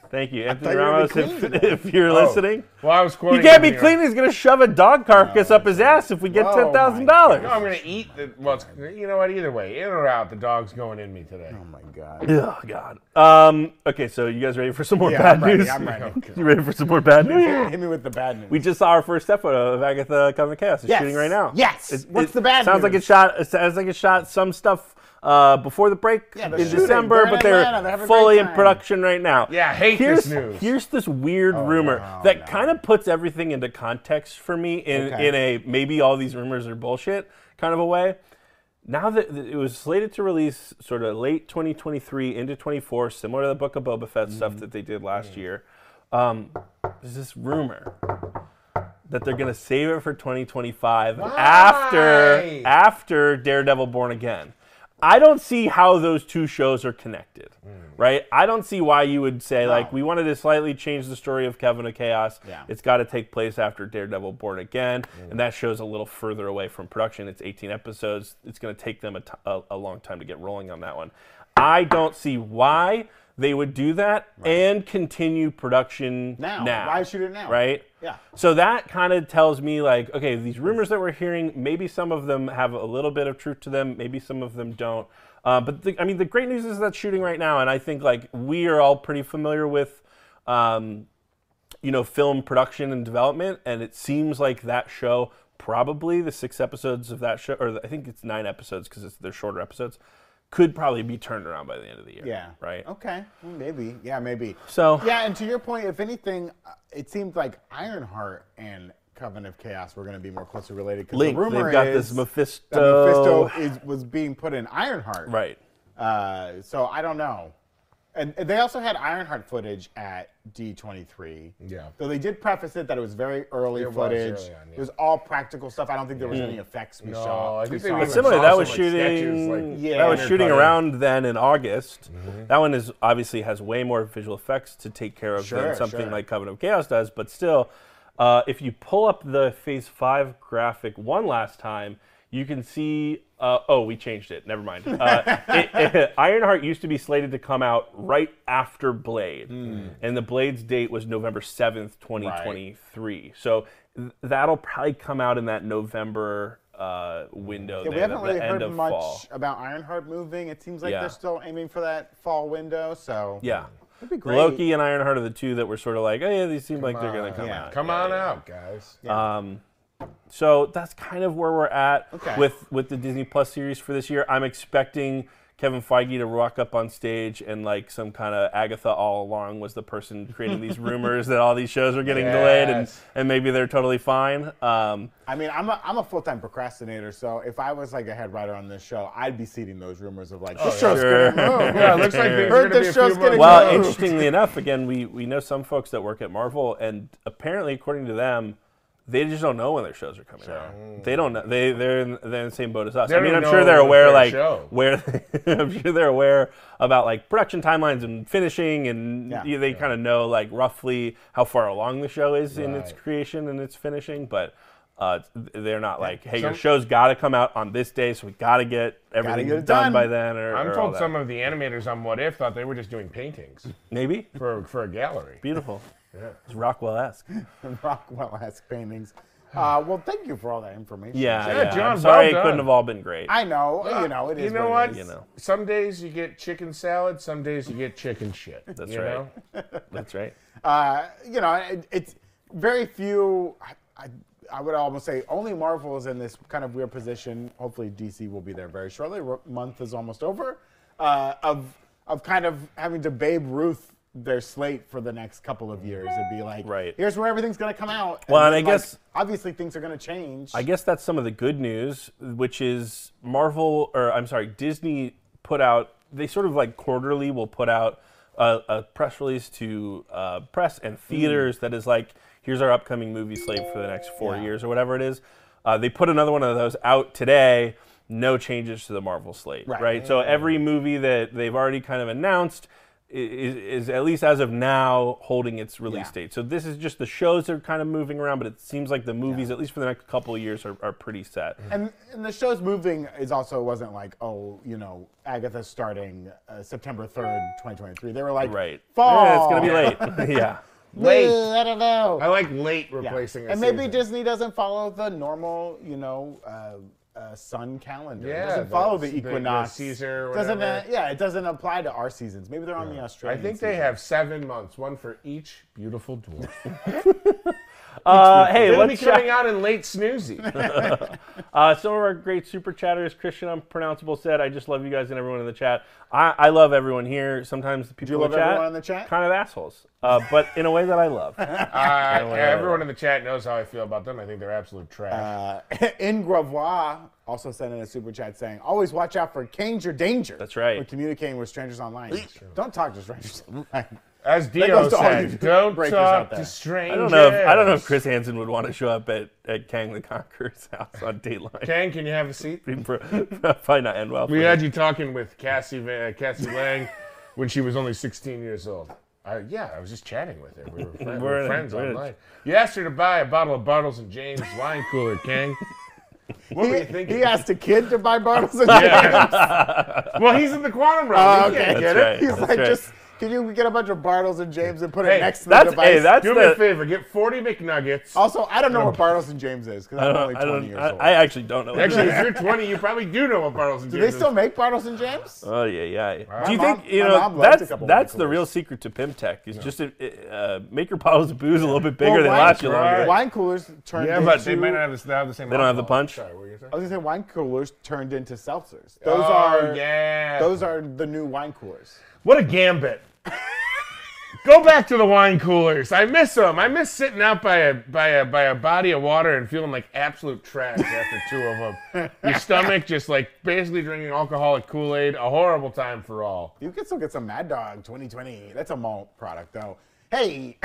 Speaker 2: Thank you, Anthony
Speaker 1: you were gonna
Speaker 2: Ramos.
Speaker 1: be
Speaker 2: If,
Speaker 1: clean
Speaker 2: if you're
Speaker 3: Oh,
Speaker 2: listening,
Speaker 3: Well, I was quoting.
Speaker 2: he can't be
Speaker 3: Anthony
Speaker 2: clean. He's gonna shove a dog carcass up his ass if we get
Speaker 1: Oh,
Speaker 2: ten thousand
Speaker 1: my
Speaker 2: dollars.
Speaker 3: No, I'm gonna eat the. Well, it's- you know what? Either way, in or out, the dog's going in me today.
Speaker 1: Oh my god.
Speaker 2: Oh God. Um, okay, so you guys ready for some more
Speaker 1: Yeah,
Speaker 2: bad
Speaker 1: I'm ready,
Speaker 2: news?
Speaker 1: I'm ready.
Speaker 2: you ready for some more bad news?
Speaker 1: Hit me with the bad news.
Speaker 2: We just saw our first step photo of Agatha Coven Chaos. It's
Speaker 1: Yes.
Speaker 2: shooting right now.
Speaker 1: Yes. What's the bad
Speaker 2: Sounds like
Speaker 1: news?
Speaker 2: it shot. It sounds like it shot some stuff uh, before the break
Speaker 1: Yeah, they're
Speaker 2: in
Speaker 1: shooting.
Speaker 2: December,
Speaker 1: They're in
Speaker 2: but
Speaker 1: Atlanta. They're having a
Speaker 2: fully
Speaker 1: great
Speaker 2: in
Speaker 1: time.
Speaker 2: production right now.
Speaker 3: Yeah, I hate
Speaker 2: here's,
Speaker 3: this news.
Speaker 2: Here's this weird
Speaker 1: Oh,
Speaker 2: rumor that kind of puts everything into context for me in
Speaker 1: Okay.
Speaker 2: in a maybe all these rumors are bullshit kind of a way. now that that it was slated to release sort of late 2023 into 24, similar to the Book of Boba Fett stuff
Speaker 1: Mm-hmm.
Speaker 2: that they did last
Speaker 1: Mm.
Speaker 2: year, um, there's this rumor that they're going to save it for 2025 after
Speaker 3: Why?
Speaker 2: after Daredevil Born Again. I don't see how those two shows are connected, right? I don't see why you would say like we wanted to slightly change the story of Kevin of Chaos.
Speaker 1: Yeah.
Speaker 2: It's got to take place after Daredevil Born Again, and that show's a little further away from production. It's 18 episodes. It's going to take them a ti- a- a long time to get rolling on that one. I don't see why they would do that and continue production
Speaker 1: Now.
Speaker 2: now.
Speaker 1: Why shoot it now?
Speaker 2: Right?
Speaker 1: Yeah.
Speaker 2: So that kind of tells me, like, okay, these rumors that we're hearing, maybe some of them have a little bit of truth to them, maybe some of them don't. Uh, but the, I mean, the great news is that's shooting right now, and I think like we are all pretty familiar with, um, you know, film production and development, and it seems like that show probably the six episodes of that show, or the- I think it's nine episodes because they're shorter episodes, could probably be turned around by the end of the year.
Speaker 1: Yeah.
Speaker 2: Right.
Speaker 1: Okay. Well, Maybe. Yeah, maybe.
Speaker 2: So-
Speaker 1: Yeah, and to your point, if anything, uh, it seemed like Ironheart and Covenant of Chaos were going to be more closely related because the
Speaker 2: Link,
Speaker 1: rumor
Speaker 2: they've got
Speaker 1: is
Speaker 2: this Mephisto.
Speaker 1: that Mephisto is, was being put in Ironheart.
Speaker 2: Right.
Speaker 1: Uh, so I don't know. And and they also had Ironheart footage at D23.
Speaker 3: Yeah.
Speaker 1: Though they did preface it that it was very early
Speaker 3: It was
Speaker 1: footage.
Speaker 3: early on,
Speaker 1: It was all practical stuff. I don't think there was any effects we
Speaker 3: No,
Speaker 1: saw.
Speaker 3: I
Speaker 1: we
Speaker 3: think they
Speaker 1: saw.
Speaker 3: were
Speaker 2: But
Speaker 3: even
Speaker 2: similarly,
Speaker 3: saw
Speaker 2: that
Speaker 3: some,
Speaker 2: was
Speaker 3: like,
Speaker 2: shooting.
Speaker 3: statues, like,
Speaker 1: Yeah. Mm-hmm.
Speaker 2: that was
Speaker 3: undercut
Speaker 2: shooting
Speaker 3: in.
Speaker 2: around then in August. That one is obviously has way more visual effects to take care of
Speaker 1: Sure,
Speaker 2: than something
Speaker 1: sure.
Speaker 2: like Covenant of Chaos does. But still, uh, if you pull up the Phase Five graphic one last time, you can see. Uh, oh, we changed it. Never mind. Uh, it- it- Ironheart used to be slated to come out right after Blade,
Speaker 1: Hmm.
Speaker 2: and the Blade's date was November seventh, twenty twenty three. So. th- That'll probably come out in that November uh, window
Speaker 1: Yeah, we
Speaker 2: there,
Speaker 1: haven't
Speaker 2: the,
Speaker 1: really
Speaker 2: the end
Speaker 1: heard
Speaker 2: of
Speaker 1: much
Speaker 2: fall.
Speaker 1: about Ironheart moving. It seems like
Speaker 2: Yeah.
Speaker 1: they're still aiming for that fall window. So
Speaker 2: Yeah.
Speaker 1: That'd be great.
Speaker 2: Loki and Ironheart are the two that were sort of like, oh yeah, these seem like they're gonna
Speaker 3: on.
Speaker 2: come
Speaker 1: Yeah.
Speaker 2: out.
Speaker 3: Come on out, guys.
Speaker 2: Uh, So that's kind of where we're at
Speaker 1: Okay.
Speaker 2: with with the Disney Plus series for this year. I'm expecting Kevin Feige to rock up on stage and like some kind of Agatha all along was the person creating these rumors that all these shows are getting delayed and,
Speaker 3: Yes.
Speaker 2: and maybe they're totally fine. Um,
Speaker 1: I mean, I'm a, I'm a full time procrastinator. So if I was like a head writer on this show, I'd be seeding those rumors of
Speaker 3: Oh,
Speaker 1: like, this show's
Speaker 2: Sure.
Speaker 1: gonna move.
Speaker 3: Yeah, it looks like
Speaker 1: Heard
Speaker 3: things are
Speaker 1: the
Speaker 3: gonna be a few
Speaker 1: show's
Speaker 3: months
Speaker 1: getting
Speaker 2: well,
Speaker 1: Yeah.
Speaker 2: interestingly enough, again, we we know some folks that work at Marvel, and apparently, according to them, they just don't know when their shows are coming out. They don't know. They they're in, they're in the same boat as us.
Speaker 3: They
Speaker 2: I mean,
Speaker 3: don't
Speaker 2: I'm sure
Speaker 3: know
Speaker 2: they're
Speaker 3: if
Speaker 2: aware
Speaker 3: their
Speaker 2: like
Speaker 3: show.
Speaker 2: where I'm sure they're aware about like production timelines and finishing, and
Speaker 1: Yeah.
Speaker 2: you- they kind of know like roughly how far along the show is in its
Speaker 3: Right.
Speaker 2: creation and its finishing, but. Uh, they're not like, hey, your
Speaker 3: Some-
Speaker 2: show's got to come out on this day, so we got to get everything
Speaker 1: get it done.
Speaker 2: done by then. Or, or
Speaker 3: I'm
Speaker 2: all
Speaker 3: told
Speaker 2: that.
Speaker 3: some of the animators on What If thought they were just doing paintings
Speaker 2: maybe
Speaker 3: for, for a gallery.
Speaker 2: Beautiful. It's Rockwell-esque.
Speaker 1: Rockwell esque paintings. Uh, well, thank you for all that information.
Speaker 2: Yeah,
Speaker 3: Yeah,
Speaker 2: yeah.
Speaker 3: John,
Speaker 2: I'm sorry
Speaker 3: well
Speaker 2: it
Speaker 3: done.
Speaker 2: couldn't have all been great.
Speaker 1: I know. you know, it is.
Speaker 3: You know
Speaker 1: what?
Speaker 3: what?
Speaker 1: it is.
Speaker 2: You know.
Speaker 3: Some days you get chicken salad, some days you get chicken shit.
Speaker 2: That's
Speaker 3: you
Speaker 2: right.
Speaker 3: know?
Speaker 2: That's right.
Speaker 1: Uh, you know, it, it's very few. I, I, I would almost say only Marvel is in this kind of weird position. Hopefully, DC will be there very shortly. Ro- month is almost over. Uh, of of kind of having to Babe Ruth their slate for the next couple of years and be like,
Speaker 2: Right.
Speaker 1: here's where everything's going to come out.
Speaker 2: Well, and
Speaker 1: then,
Speaker 2: I
Speaker 1: like,
Speaker 2: guess-
Speaker 1: obviously things are going to change.
Speaker 2: I guess that's some of the good news, which is Marvel, or I'm sorry, Disney put out, they sort of like quarterly will put out a, a press release to uh, press and theaters that is like, here's our upcoming movie slate for the next four
Speaker 1: Yeah.
Speaker 2: years or whatever it is. Uh, they put another one of those out today. No changes to the Marvel slate,
Speaker 1: Right.
Speaker 2: right? So every movie that they've already kind of announced i- is, is at least as of now holding its release
Speaker 1: Yeah.
Speaker 2: date. So this is just the shows that are kind of moving around, but it seems like the movies, at least for the next couple of years, are, are pretty set.
Speaker 1: And, and the show's moving is also wasn't like oh you know Agatha's starting uh, September third, twenty twenty three. They were like
Speaker 2: Right.
Speaker 1: fall.
Speaker 2: Yeah, it's gonna be late. yeah.
Speaker 3: Late.
Speaker 1: Ugh, I don't know.
Speaker 3: I like late
Speaker 1: Yeah.
Speaker 3: replacing a
Speaker 1: And maybe
Speaker 3: season.
Speaker 1: Disney doesn't follow the normal you know uh, uh, sun calendar.
Speaker 3: Yeah,
Speaker 1: it doesn't
Speaker 3: the-
Speaker 1: follow
Speaker 3: the-
Speaker 1: the
Speaker 3: the
Speaker 1: equinox.
Speaker 3: Caesar or
Speaker 1: Doesn't uh,
Speaker 3: whatever.
Speaker 1: yeah, it doesn't apply to our seasons. Maybe they're on the
Speaker 3: I
Speaker 1: Australian.
Speaker 3: think they
Speaker 1: season.
Speaker 3: have seven months, one for each beautiful dwarf.
Speaker 2: Uh, hey,
Speaker 3: It'll be
Speaker 2: let's check.
Speaker 3: coming out in late snoozy.
Speaker 2: Uh, some of our great super chatters, Christian Unpronounceable said, I just love you guys and everyone in the chat. I, I love everyone here. Sometimes the people
Speaker 1: you
Speaker 2: in the
Speaker 1: love
Speaker 2: chat,
Speaker 1: everyone in the chat?
Speaker 2: kind of assholes, uh, but in a way that I love. Uh,
Speaker 3: Uh, everyone in the chat knows how I feel about them. I think they're absolute trash.
Speaker 1: Uh, in Gravois Also sent in a super chat saying, always watch out for Kings or danger.
Speaker 2: That's right.
Speaker 1: When communicating with strangers online. Don't talk to strangers online.
Speaker 3: As Dio
Speaker 1: goes to all you
Speaker 3: said, don't
Speaker 1: breakers out
Speaker 3: talk
Speaker 1: there.
Speaker 3: to
Speaker 2: I
Speaker 3: strangers.
Speaker 2: don't know. If, I don't know if Chris Hansen would want to show up at, at Kang the Conqueror's house on Dateline.
Speaker 3: Kang, can you have a seat?
Speaker 2: Probably not end well. for
Speaker 3: We
Speaker 2: him.
Speaker 3: had you talking with Cassie Van, uh, Cassie Lang when she was only 16 years old. I, yeah, I was just chatting with her. We were,
Speaker 2: We're
Speaker 3: friend, we were
Speaker 2: in a-
Speaker 3: friends
Speaker 2: we're in a-
Speaker 3: online. You asked her to buy a bottle of Bartles and James wine cooler, Kang. What were you
Speaker 1: He,
Speaker 3: thinking?
Speaker 1: he asked a kid to buy Bartles and
Speaker 3: Yeah. well, he's in the quantum realm.
Speaker 1: Oh,
Speaker 3: He
Speaker 1: okay.
Speaker 3: can't
Speaker 2: Ah, That's
Speaker 3: get it.
Speaker 2: right.
Speaker 1: He's like,
Speaker 2: right.
Speaker 1: just can you get a bunch of Bartles and James and put
Speaker 3: Hey,
Speaker 1: it next to the
Speaker 2: That's
Speaker 1: device?
Speaker 2: hey, that's
Speaker 3: Do me a
Speaker 2: the,
Speaker 3: favor. Get 40 McNuggets.
Speaker 1: also, I don't know what Bartles and James is because
Speaker 2: I
Speaker 1: I'm
Speaker 2: don't-
Speaker 1: only
Speaker 2: I
Speaker 1: 20
Speaker 2: don't.
Speaker 1: years
Speaker 2: I,
Speaker 1: old.
Speaker 2: I actually don't know. what
Speaker 3: Actually,
Speaker 2: it
Speaker 3: if you're 20, you probably do know what Bartles and
Speaker 1: Do
Speaker 3: James
Speaker 1: they still make Bartles and James?
Speaker 2: is. oh yeah, yeah. Do you
Speaker 1: My mom-
Speaker 2: think you
Speaker 1: my
Speaker 2: know
Speaker 1: mom loved a
Speaker 2: that's
Speaker 1: couple
Speaker 2: that's the
Speaker 1: Michaelis.
Speaker 2: real secret to Pimp Tech is just uh, uh, make your bottles of booze a little bit bigger.
Speaker 1: Well,
Speaker 2: they
Speaker 1: wine-
Speaker 2: last you longer.
Speaker 1: Wine coolers turned
Speaker 3: Yeah,
Speaker 1: into.
Speaker 3: but they might not have the, have the same.
Speaker 2: They don't have the
Speaker 3: alcohol.
Speaker 2: punch?
Speaker 3: Sorry, what were you saying?
Speaker 1: I was gonna say wine coolers turned into seltzers. Those
Speaker 3: oh,
Speaker 1: are
Speaker 3: yeah.
Speaker 1: those are the new wine coolers.
Speaker 3: What a gambit. Go back to the wine coolers. I miss them. I miss sitting out by a by a by a body of water and feeling like absolute trash after two of them. Your stomach just like basically drinking alcoholic Kool-Aid. A horrible time for all.
Speaker 1: You can still get some Mad Dog 2020. That's a malt product though. Hey,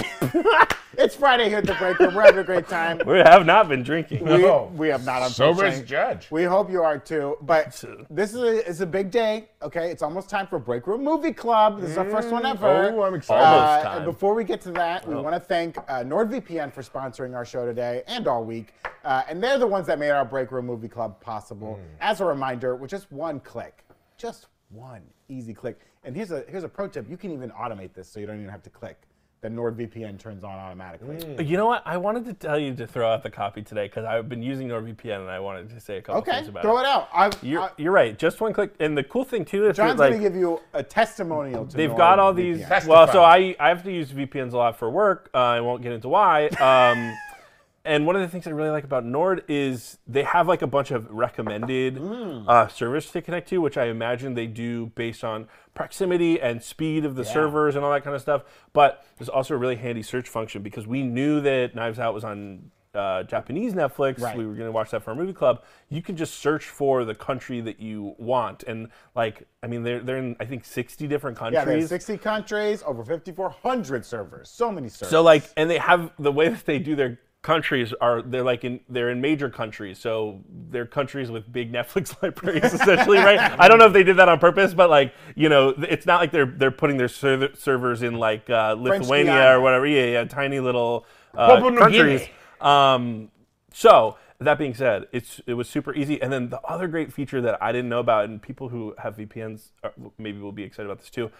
Speaker 1: it's Friday here at the break room. We're having a great time.
Speaker 2: We have not been drinking.
Speaker 1: We,
Speaker 3: No.
Speaker 1: we have not.
Speaker 3: Sober
Speaker 1: unfortunately.
Speaker 3: as judge.
Speaker 1: We hope you are too. But
Speaker 2: Sure.
Speaker 1: this is a, it's a big day. Okay, it's almost time for Break Room Movie Club. This is our first one ever.
Speaker 3: oh, I'm excited.
Speaker 2: Almost
Speaker 1: Uh,
Speaker 2: time.
Speaker 1: Before we get to that, we want to thank uh, NordVPN for sponsoring our show today and all week. Uh, and they're the ones that made our Break Room Movie Club possible. As a reminder, with just one click, just one easy click. And here's a here's a pro tip: you can even automate this, so you don't even have to click. The NordVPN turns on automatically.
Speaker 2: You know what? I wanted to tell you to throw out the copy today because I've been using NordVPN and I wanted to say a couple
Speaker 1: Okay,
Speaker 2: things about
Speaker 1: throw
Speaker 2: it.
Speaker 1: it out. I've,
Speaker 2: You're,
Speaker 1: I-
Speaker 2: you're right. Just one click. And the cool thing too is that,
Speaker 1: John's
Speaker 2: like,
Speaker 1: gonna give you a testimonial to
Speaker 2: They've got all these.
Speaker 1: NordVPN.
Speaker 2: Well,
Speaker 3: Testify.
Speaker 2: so I, I have to use VPNs a lot for work. Uh, I won't get into why. Um, and one of the things I really like about Nord is they have like a bunch of recommended uh, servers to connect to, which I imagine they do based on proximity and speed of the servers and all that kind of stuff. But there's also a really handy search function because we knew that Knives Out was on. Uh, Japanese Netflix.
Speaker 1: Right.
Speaker 2: We were going to watch that for our movie club. You can just search for the country that you want, and like, I mean, they're they're in I think 60 different countries.
Speaker 1: Yeah, there's 60 countries, over 5,400 servers. So many servers.
Speaker 2: So like, and they have the way that they do their countries are they're like in they're in major countries, so they're countries with big Netflix libraries essentially, right? I don't know if they did that on purpose, but like you know, th- it's not like they're they're putting their server, servers in like uh, Lithuania
Speaker 1: Guiana.
Speaker 2: or whatever. Yeah, yeah, tiny little uh,
Speaker 3: Papua New
Speaker 2: countries.
Speaker 3: Guinea.
Speaker 2: Um, so that being said, it's it was super easy. And then the other great feature that I didn't know about, and people who have VPNs are, uh, maybe will be excited about this too.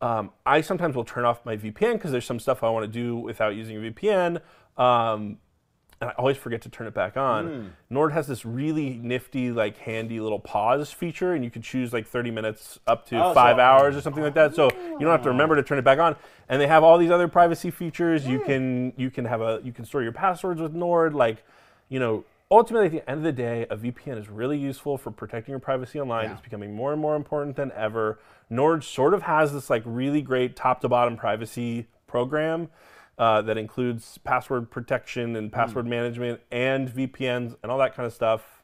Speaker 2: Um, I sometimes will turn off my VPN because there's some stuff I want to do without using a VPN. Um, and I always forget to turn it back on.
Speaker 1: Hmm.
Speaker 2: Nord has this really nifty, like handy little pause feature, and you can choose like 30 minutes up to
Speaker 1: Oh,
Speaker 2: five
Speaker 1: so-
Speaker 2: hours or something like that. So you don't have to remember to turn it back on. And they have all these other privacy features. You
Speaker 1: Hmm.
Speaker 2: can you can have a you can store your passwords with Nord. Like, you know, ultimately at the end of the day, a VPN is really useful for protecting your privacy online.
Speaker 1: Yeah.
Speaker 2: It's becoming more and more important than ever. Nord sort of has this like really great top to bottom privacy program uh, that includes password protection and
Speaker 1: Hmm.
Speaker 2: password management and VPNs and all that kind of stuff.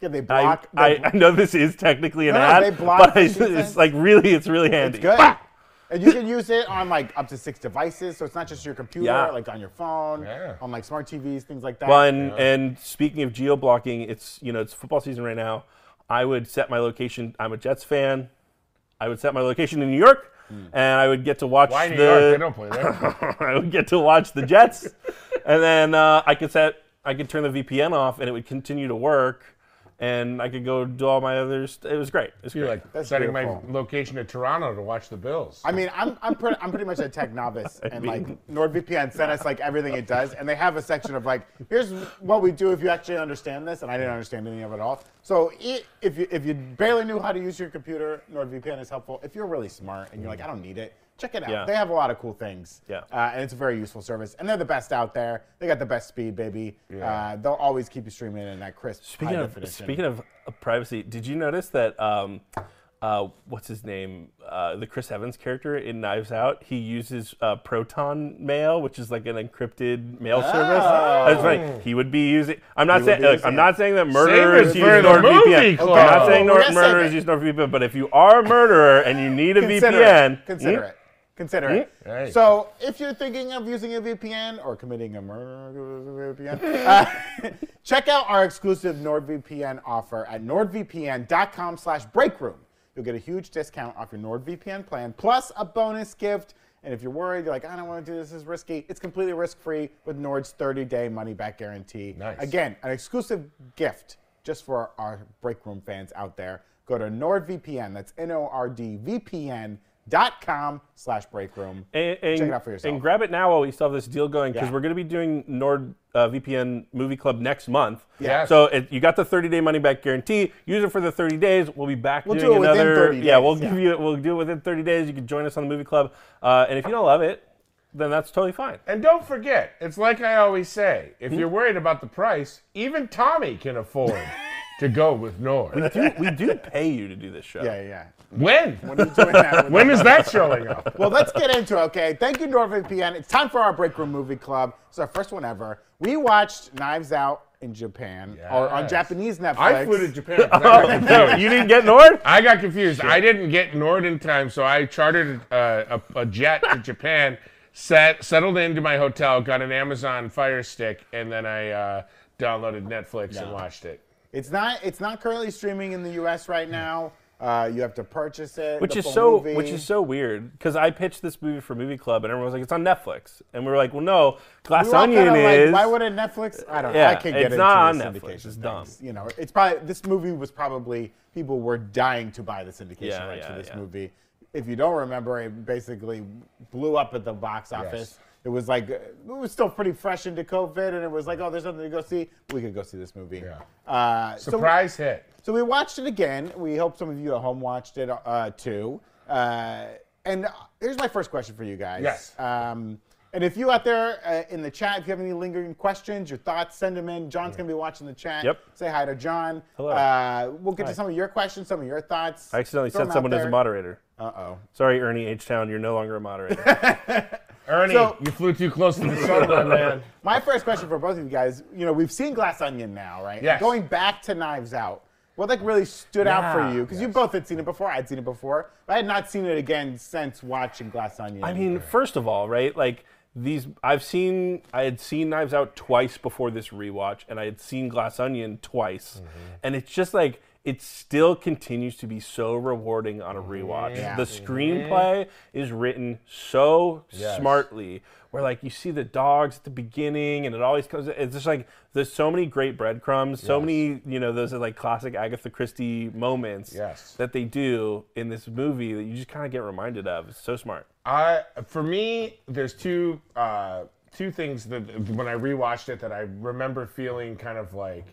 Speaker 1: yeah, they
Speaker 2: I,
Speaker 1: block. they-
Speaker 2: I, I know this is technically an
Speaker 1: No, no,
Speaker 2: ad,
Speaker 1: they block
Speaker 2: but it's,
Speaker 1: these
Speaker 2: it's
Speaker 1: things.
Speaker 2: like really, it's really handy.
Speaker 1: it's good. And you can use it on like up to six devices, so it's not just your computer,
Speaker 2: Yeah.
Speaker 1: like on your phone,
Speaker 3: Yeah.
Speaker 1: on like smart TVs, things like that.
Speaker 2: Well, and, and speaking of geo blocking, it's you know it's football season right now. I would set my location. I'm a Jets fan. I would set my location in New York, and I would get to watch
Speaker 3: Hmm. Why New
Speaker 2: the.
Speaker 3: York? They don't play there.
Speaker 2: I would get to watch the Jets, and then uh, I could set, I could turn the VPN off, and it would continue to work, and I could go do all my others. It was great. It was
Speaker 3: You're
Speaker 2: great.
Speaker 3: like
Speaker 1: That's
Speaker 3: setting
Speaker 1: beautiful.
Speaker 3: my location to Toronto to watch the Bills.
Speaker 1: I mean, I'm I'm pretty I'm pretty much a tech novice, and like
Speaker 2: mean-
Speaker 1: NordVPN sent us like everything it does, and they have a section of like, here's what we do if you actually understand this, and I didn't understand any of it at all. So i- if you if you barely knew how to use your computer, NordVPN is helpful. If you're really smart and you're like, I don't need it, check it out.
Speaker 2: Mm. Yeah.
Speaker 1: They have a lot of cool things,
Speaker 2: Yeah.
Speaker 1: uh, and it's a very useful service, and they're the best out there. They got the best speed, baby. Uh, they'll always keep you streaming in that crisp
Speaker 2: Speaking
Speaker 1: high
Speaker 2: of
Speaker 1: definition.
Speaker 2: speaking of uh, privacy, did you notice that um, uh, what's his name? Uh, the Chris Evans character in Knives Out. He uses uh, Proton Mail, which is like an encrypted mail service. That's funny. He would be using. I'm not saying.
Speaker 1: Oh. be
Speaker 2: Look,
Speaker 1: using
Speaker 2: I'm
Speaker 1: it.
Speaker 2: not saying that
Speaker 3: it
Speaker 2: murderers
Speaker 3: for
Speaker 2: use
Speaker 3: the movie
Speaker 2: NordVPN.
Speaker 3: club.
Speaker 2: I'm not saying
Speaker 1: We're
Speaker 2: nor-
Speaker 1: not saying
Speaker 2: murderers
Speaker 1: that.
Speaker 2: use NordVPN, but if you are a murderer and you need a
Speaker 1: Consider
Speaker 2: VPN,
Speaker 1: It. Consider
Speaker 2: Hmm?
Speaker 1: it. Consider it.
Speaker 3: Right.
Speaker 1: So, if you're thinking of using a VPN or committing a murder with a VPN, uh, check out our exclusive NordVPN offer at nordvpn.com/breakroom. You'll get a huge discount off your NordVPN plan, plus a bonus gift. And if you're worried, you're like, I don't want to do this, this is risky. It's completely risk-free with Nord's 30-day money-back guarantee.
Speaker 3: Nice.
Speaker 1: Again, an exclusive gift just for our break room fans out there. Go to NordVPN. That's N-O-R-D-V-P-N dot com slash break room.
Speaker 2: And, and-
Speaker 1: Check it out for yourself.
Speaker 2: and grab it now while we still have this deal going because
Speaker 1: Yeah.
Speaker 2: we're going to be doing Nord uh, VPN Movie Club next month.
Speaker 3: Yes.
Speaker 2: So it, you got the 30-day money-back guarantee. Use it for the 30 days. We'll be back
Speaker 1: We'll
Speaker 2: doing
Speaker 1: do it within
Speaker 2: another.
Speaker 1: 30
Speaker 2: Yeah,
Speaker 1: days,
Speaker 2: we'll
Speaker 1: yeah.
Speaker 2: give you. We'll do it within 30 days. You can join us on the Movie Club, uh, and if you don't love it, then that's totally fine.
Speaker 3: And don't forget, it's like I always say,
Speaker 1: Hmm?
Speaker 3: if you're worried about the price, even Tommy can afford to go with Nord.
Speaker 2: Do- we do pay you to do this show.
Speaker 1: yeah, yeah.
Speaker 3: When?
Speaker 1: When are you doing that with
Speaker 3: When is that showing up?
Speaker 1: Well, let's get into it, okay? Thank you, NordVPN. It's time for our Break Room Movie Club. It's our first one ever. We watched Knives Out in Japan or on
Speaker 3: Yes.
Speaker 1: Japanese Netflix.
Speaker 3: I flew to Japan. 'cause I got
Speaker 2: Oh, No,
Speaker 3: confused.
Speaker 2: you didn't get Nord.
Speaker 3: Oh, I got confused. I didn't get Nord in time, so I chartered uh, a, a jet to Japan, set, settled into my hotel, got an Amazon Fire Stick, and then I uh, downloaded Netflix and watched it.
Speaker 1: It's not it's not currently streaming in the US right now. Uh, you have to purchase it.
Speaker 2: Which
Speaker 1: the
Speaker 2: is
Speaker 1: full
Speaker 2: so,
Speaker 1: movie.
Speaker 2: which is so weird, because I pitched this movie for Movie Club, and everyone was like, "It's on Netflix," and we were like, "Well, no, Glass
Speaker 1: We were all
Speaker 2: Onion
Speaker 1: kinda like,
Speaker 2: is."
Speaker 1: Why would it Netflix? I don't know. I
Speaker 2: Yeah,
Speaker 1: can't
Speaker 2: it's
Speaker 1: get into
Speaker 2: not
Speaker 1: the
Speaker 2: on Netflix.
Speaker 1: syndication.
Speaker 2: It's
Speaker 1: things.
Speaker 2: dumb.
Speaker 1: You know, it's probably this movie was probably people were dying to buy the syndication
Speaker 2: Yeah,
Speaker 1: rights
Speaker 2: yeah,
Speaker 1: for this
Speaker 2: yeah.
Speaker 1: movie. If you don't remember, it basically blew up at the box office. It was like uh, it was still pretty fresh into COVID, and it was like, oh, there's nothing to go see. We could go see this movie.
Speaker 3: Yeah.
Speaker 1: Uh, so-
Speaker 3: Surprise hit.
Speaker 1: so we watched it again. We hope some of you at home watched it uh, too. Uh, and here's my first question for you guys.
Speaker 3: Yes.
Speaker 1: Um, and if you out there uh, in the chat, if you have any lingering questions, your thoughts, send them in. John's going to be watching the chat.
Speaker 2: Yep.
Speaker 1: Say hi to John.
Speaker 2: Hello.
Speaker 1: Uh, we'll get
Speaker 2: Hi.
Speaker 1: to some of your questions, some of your thoughts.
Speaker 2: I accidentally set someone as a moderator.
Speaker 1: Uh oh.
Speaker 2: Sorry, Ernie H. Town, you're no longer a moderator.
Speaker 3: Ernie,
Speaker 1: So-
Speaker 3: you flew too close to the sun, my man.
Speaker 1: My first question for both of you guys, you know, we've seen Glass Onion now, right?
Speaker 3: Yes.
Speaker 1: Going back to Knives Out, what like really stood out for
Speaker 2: Yeah.
Speaker 1: you? Because you both had seen it before. I'd seen it before. But I had not seen it again since watching Glass Onion.
Speaker 2: I mean, first of all, right? Like these, I've seen, I had seen Knives Out twice before this rewatch, and I had seen Glass Onion twice, and it's just like it still continues to be so rewarding on a rewatch.
Speaker 1: Yeah.
Speaker 2: The screenplay is written so
Speaker 3: Yes.
Speaker 2: smartly, where like you see the dogs at the beginning, and it always comes. It's just like there's so many great breadcrumbs, so many you know those are like classic Agatha Christie moments
Speaker 3: Yes.
Speaker 2: that they do in this movie that you just kind of get reminded of. It's so smart.
Speaker 3: I for me, there's two uh, two things that when I rewatched it that I remember feeling kind of like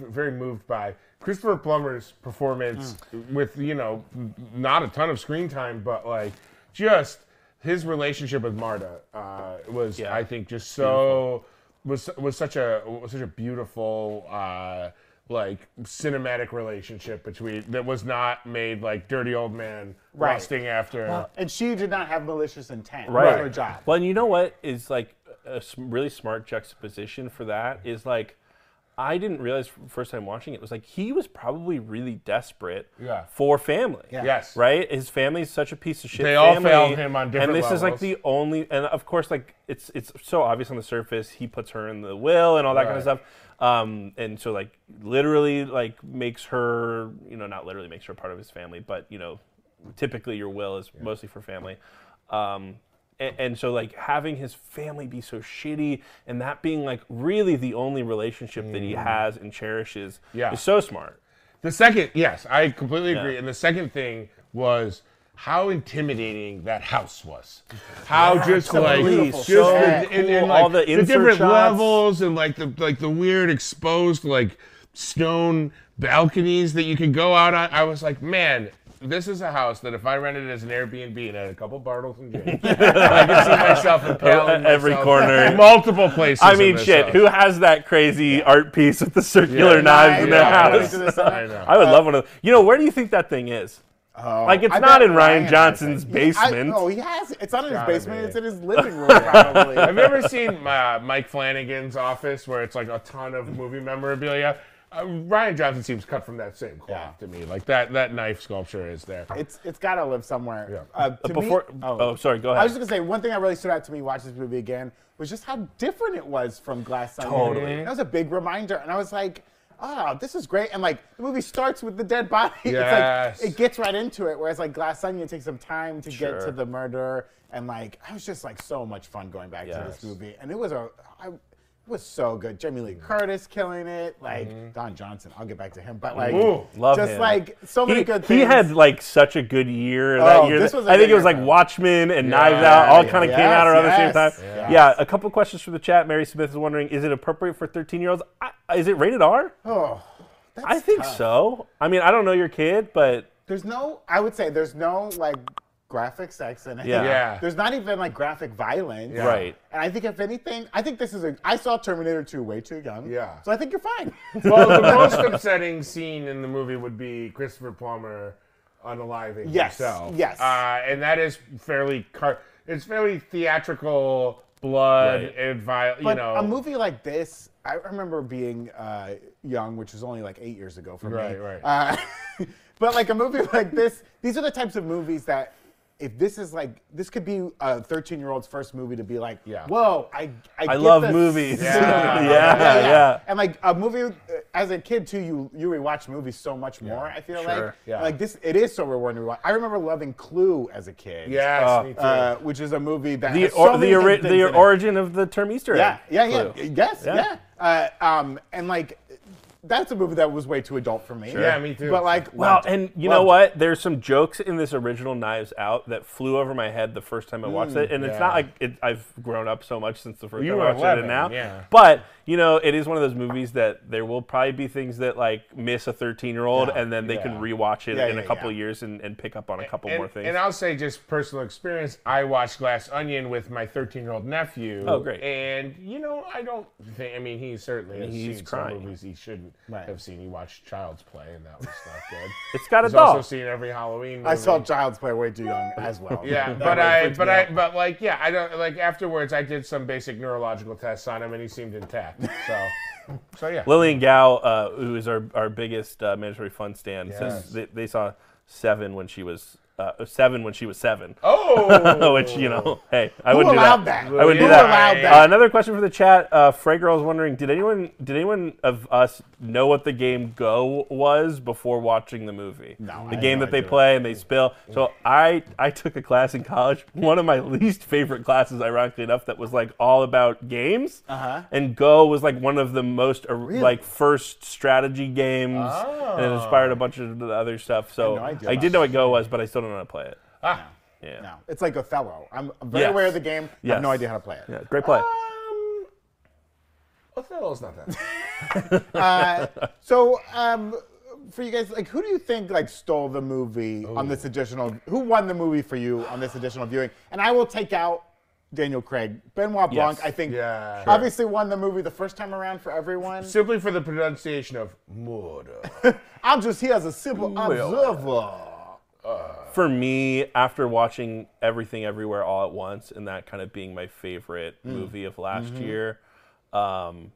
Speaker 3: f- very moved by Christopher Plummer's performance with you know n- not a ton of screen time, but like just his relationship with Marta uh, was I think just so was was such a was such a beautiful. Uh, like cinematic relationship between that was not made like dirty old man
Speaker 1: Right.
Speaker 3: lusting after
Speaker 1: and she did not have malicious intent.
Speaker 2: Right.
Speaker 1: That's her job.
Speaker 2: Well, and you know what is like a s- really smart juxtaposition for that is like I didn't realize f- first time watching it was like he was probably really desperate
Speaker 3: Yeah.
Speaker 2: for family.
Speaker 3: Yes.
Speaker 2: Right? His family's such a piece of shit.
Speaker 3: They all
Speaker 2: family,
Speaker 3: failed him on different
Speaker 2: And this is like
Speaker 3: levels.
Speaker 2: the only and of course like it's it's so obvious on the surface he puts her in the will and all that kind
Speaker 3: Right.
Speaker 2: of stuff. Um, and so like literally like makes her you know not literally makes her part of his family but you know typically your will is mostly for family um, and, and so like having his family be so shitty and that being like really the only relationship that he has and cherishes
Speaker 3: Yeah.
Speaker 2: is so smart
Speaker 3: The second, yes, I completely agree.
Speaker 2: Yeah.
Speaker 3: And the second thing was how intimidating that house was. How just like
Speaker 2: beautiful.
Speaker 3: just
Speaker 2: So
Speaker 3: the, and, and,
Speaker 2: cool.
Speaker 3: like,
Speaker 2: All the
Speaker 3: the
Speaker 2: insert
Speaker 3: different
Speaker 2: shots.
Speaker 3: levels and like the like the weird exposed like stone balconies that you could go out on. I was like, man. This is a house that if I rented it as an Airbnb and had a couple Bartles and James, I could see myself impaling
Speaker 2: Every
Speaker 3: myself
Speaker 2: corner.
Speaker 3: multiple places.
Speaker 2: I
Speaker 3: in
Speaker 2: mean
Speaker 3: this
Speaker 2: shit
Speaker 3: house.
Speaker 2: who has that crazy art piece with the circular
Speaker 3: Yeah.
Speaker 2: knives in
Speaker 1: Yeah,
Speaker 2: their
Speaker 1: I
Speaker 2: house
Speaker 1: know.
Speaker 3: I know.
Speaker 2: I would love one of those. You know, where do you think that thing is? like it's
Speaker 1: Oh, I
Speaker 2: not
Speaker 1: bet
Speaker 2: in Ryan,
Speaker 1: has
Speaker 2: Johnson's
Speaker 1: it.
Speaker 2: basement.
Speaker 1: I, no, he has. It's not in his
Speaker 3: Gotta
Speaker 1: basement.
Speaker 3: be.
Speaker 1: It's in his living room, probably.
Speaker 3: Have you ever seen uh, Mike Flanagan's office where it's like a ton of movie memorabilia? Uh, Ryan Johnson seems cut from that same cloth
Speaker 1: Yeah.
Speaker 3: to me. Like that that knife sculpture is there.
Speaker 1: It's it's got to live somewhere.
Speaker 3: Yeah.
Speaker 1: Uh, to me-
Speaker 2: Before, oh. sorry, go
Speaker 1: I
Speaker 2: ahead.
Speaker 1: was just gonna say one thing that really stood out to me watching this movie again was just how different it was from Glass Onion.
Speaker 2: Totally.
Speaker 1: that was a big reminder, and I was like, "Oh, this is great!" And like the movie starts with the dead body.
Speaker 3: Yes.
Speaker 1: It's like it gets right into it, whereas like Glass Onion takes some time to get
Speaker 2: Sure.
Speaker 1: to the murder, and like I was just like so much fun going back to
Speaker 2: Yes.
Speaker 1: this movie, and it was a. I, it was so good. Jamie Lee Curtis killing it. Like Don Johnson. I'll get back to him, but like
Speaker 3: Ooh,
Speaker 2: love
Speaker 1: just
Speaker 2: him.
Speaker 1: like so many
Speaker 2: he,
Speaker 1: good
Speaker 2: he
Speaker 1: things.
Speaker 2: had like such a good year that
Speaker 1: Oh,
Speaker 2: year.
Speaker 1: this
Speaker 2: that-
Speaker 1: was a
Speaker 2: I think
Speaker 1: good
Speaker 2: it was
Speaker 1: year
Speaker 2: like
Speaker 1: for him.
Speaker 2: Watchmen and Knives
Speaker 1: Yeah,
Speaker 2: Out all kind of
Speaker 1: yeah.
Speaker 2: came out around
Speaker 1: Yes,
Speaker 2: the same time.
Speaker 1: yes.
Speaker 2: Yeah, a couple questions from the chat. Mary Smith is wondering, is it appropriate for 13 year olds? Is it rated R? I
Speaker 1: Oh, that's
Speaker 2: think
Speaker 1: tough.
Speaker 2: so. I mean, I don't know your kid, but
Speaker 1: There's no, I would say there's no like graphic sex in it.
Speaker 2: Yeah.
Speaker 3: Yeah.
Speaker 1: There's not even like graphic violence.
Speaker 3: Yeah.
Speaker 2: Right.
Speaker 1: And I think if anything, I think this is a, I saw Terminator 2 way too young.
Speaker 3: Yeah.
Speaker 1: So I think you're fine.
Speaker 3: Well, the most upsetting scene in the movie would be Christopher Plummer unaliving
Speaker 1: Yes,
Speaker 3: himself.
Speaker 1: yes.
Speaker 3: Uh, and that is fairly car- it's fairly theatrical blood
Speaker 2: Right.
Speaker 3: and violence. You
Speaker 1: but
Speaker 3: know,
Speaker 1: a movie like this, I remember being uh, young, which was only like eight years ago for me.
Speaker 3: Right, right.
Speaker 1: Uh, but like a movie like this, these are the types of movies that. If this is like this could be a 13 year old's first movie to be like,
Speaker 3: Yeah.
Speaker 1: whoa, I I,
Speaker 2: I
Speaker 1: get
Speaker 2: love
Speaker 1: the
Speaker 2: movies.
Speaker 3: Yeah.
Speaker 2: Yeah, yeah.
Speaker 1: And like a movie uh, as a kid too, you you rewatch movies so much more. I feel
Speaker 3: sure,
Speaker 1: like
Speaker 3: yeah.
Speaker 1: like this, it is so rewarding to rewatch. I remember loving Clue as a kid.
Speaker 3: yes, me too.
Speaker 1: Uh, which is a movie that
Speaker 2: the
Speaker 1: has so
Speaker 2: or, the,
Speaker 1: many
Speaker 2: ori-
Speaker 1: good things
Speaker 2: the
Speaker 1: in it.
Speaker 2: origin of the term Easter egg.
Speaker 1: Yeah, yeah, yeah.
Speaker 2: Clue.
Speaker 1: Yes,
Speaker 2: Yeah.
Speaker 1: yeah. Uh, um, and like, that's a movie that was way too adult for me.
Speaker 3: Yeah, me too.
Speaker 1: But like,
Speaker 2: Wow,
Speaker 1: loved it.
Speaker 2: and you
Speaker 1: Loved
Speaker 2: know
Speaker 1: it.
Speaker 2: what? There's some jokes in this original Knives Out that flew over my head the first time I watched it, and it's
Speaker 3: Hmm, yeah.
Speaker 2: not like it, I've grown up so much since the first
Speaker 3: You
Speaker 2: time
Speaker 3: were
Speaker 2: I watched it
Speaker 3: 11,
Speaker 2: and now.
Speaker 3: yeah.
Speaker 2: But you know, it is one of those movies that there will probably be things that like miss a 13 year old,
Speaker 1: Yeah,
Speaker 2: and then they can
Speaker 3: yeah.
Speaker 2: rewatch it
Speaker 1: Yeah,
Speaker 2: in a
Speaker 1: yeah,
Speaker 2: couple
Speaker 1: yeah.
Speaker 2: years and, and pick up on a couple
Speaker 3: and,
Speaker 2: more things.
Speaker 3: and I'll say just personal experience. I watched Glass Onion with my 13 year old nephew.
Speaker 2: Oh, great.
Speaker 3: And you know, I don't think. I mean, he certainly has
Speaker 2: He's
Speaker 3: seen
Speaker 2: crying.
Speaker 3: some movies he shouldn't
Speaker 1: Right.
Speaker 3: have seen. He watched Child's Play, and that was not good.
Speaker 2: it's got a
Speaker 3: He's also
Speaker 2: dog.
Speaker 3: seen every Halloween. Movie.
Speaker 1: I saw Child's Play way too young as well.
Speaker 3: Yeah,
Speaker 1: That
Speaker 3: but
Speaker 1: really
Speaker 3: I,
Speaker 1: freaked
Speaker 3: but
Speaker 1: me
Speaker 3: I,
Speaker 1: out.
Speaker 3: but like, yeah, I don't like. Afterwards, I did some basic neurological tests on him, and he seemed intact. So, so yeah.
Speaker 2: Lillian Gao, uh, who is our, our biggest uh, mandatory fund stand,
Speaker 3: Yes.
Speaker 2: says they, they saw seven when she was uh, seven when she was seven.
Speaker 3: Oh,
Speaker 2: Which you know, hey, I
Speaker 1: Who
Speaker 2: wouldn't do
Speaker 1: allowed that?
Speaker 2: I wouldn't
Speaker 1: Who
Speaker 2: do that.
Speaker 1: allowed
Speaker 2: Uh,
Speaker 1: that?
Speaker 2: another question for the chat. Uh, Frey Girl is wondering, did anyone did anyone of us know what the game Go was before watching the movie?
Speaker 1: No,
Speaker 2: the
Speaker 1: I had
Speaker 2: game
Speaker 1: no
Speaker 2: that they
Speaker 1: idea.
Speaker 2: play and they spill. So I I took a class in college, one of my least favorite classes, ironically enough, that was like all about games.
Speaker 1: Uh-huh.
Speaker 2: And Go was like one of the most or- like first strategy games, and it inspired a bunch of the other stuff. So
Speaker 1: Oh. no
Speaker 2: I,
Speaker 1: idea about
Speaker 2: did know what Go was, but I still don't know how to play it.
Speaker 3: ah,
Speaker 2: Yeah,
Speaker 1: No, it's like Othello. I'm very
Speaker 2: Yes.
Speaker 1: aware of the game. I
Speaker 2: Yes.
Speaker 1: have no idea how to play it.
Speaker 2: yeah, great play.
Speaker 3: um, Othello's not that.
Speaker 1: Uh, so, um, for you guys, like, who do you think like stole the movie on this additional? Who won the movie for you on this additional viewing? And I will take out Daniel Craig, Benoit Blanc.
Speaker 2: Yes.
Speaker 1: I think
Speaker 3: Yeah. Sure.
Speaker 1: obviously won the movie the first time around for everyone.
Speaker 3: Simply for the pronunciation of murder.
Speaker 1: I'm just here as a simple observer.
Speaker 2: for me, after watching Everything Everywhere All at Once and that kind of being my favorite
Speaker 1: Mm.
Speaker 2: movie of last
Speaker 1: Mm-hmm.
Speaker 2: year, um,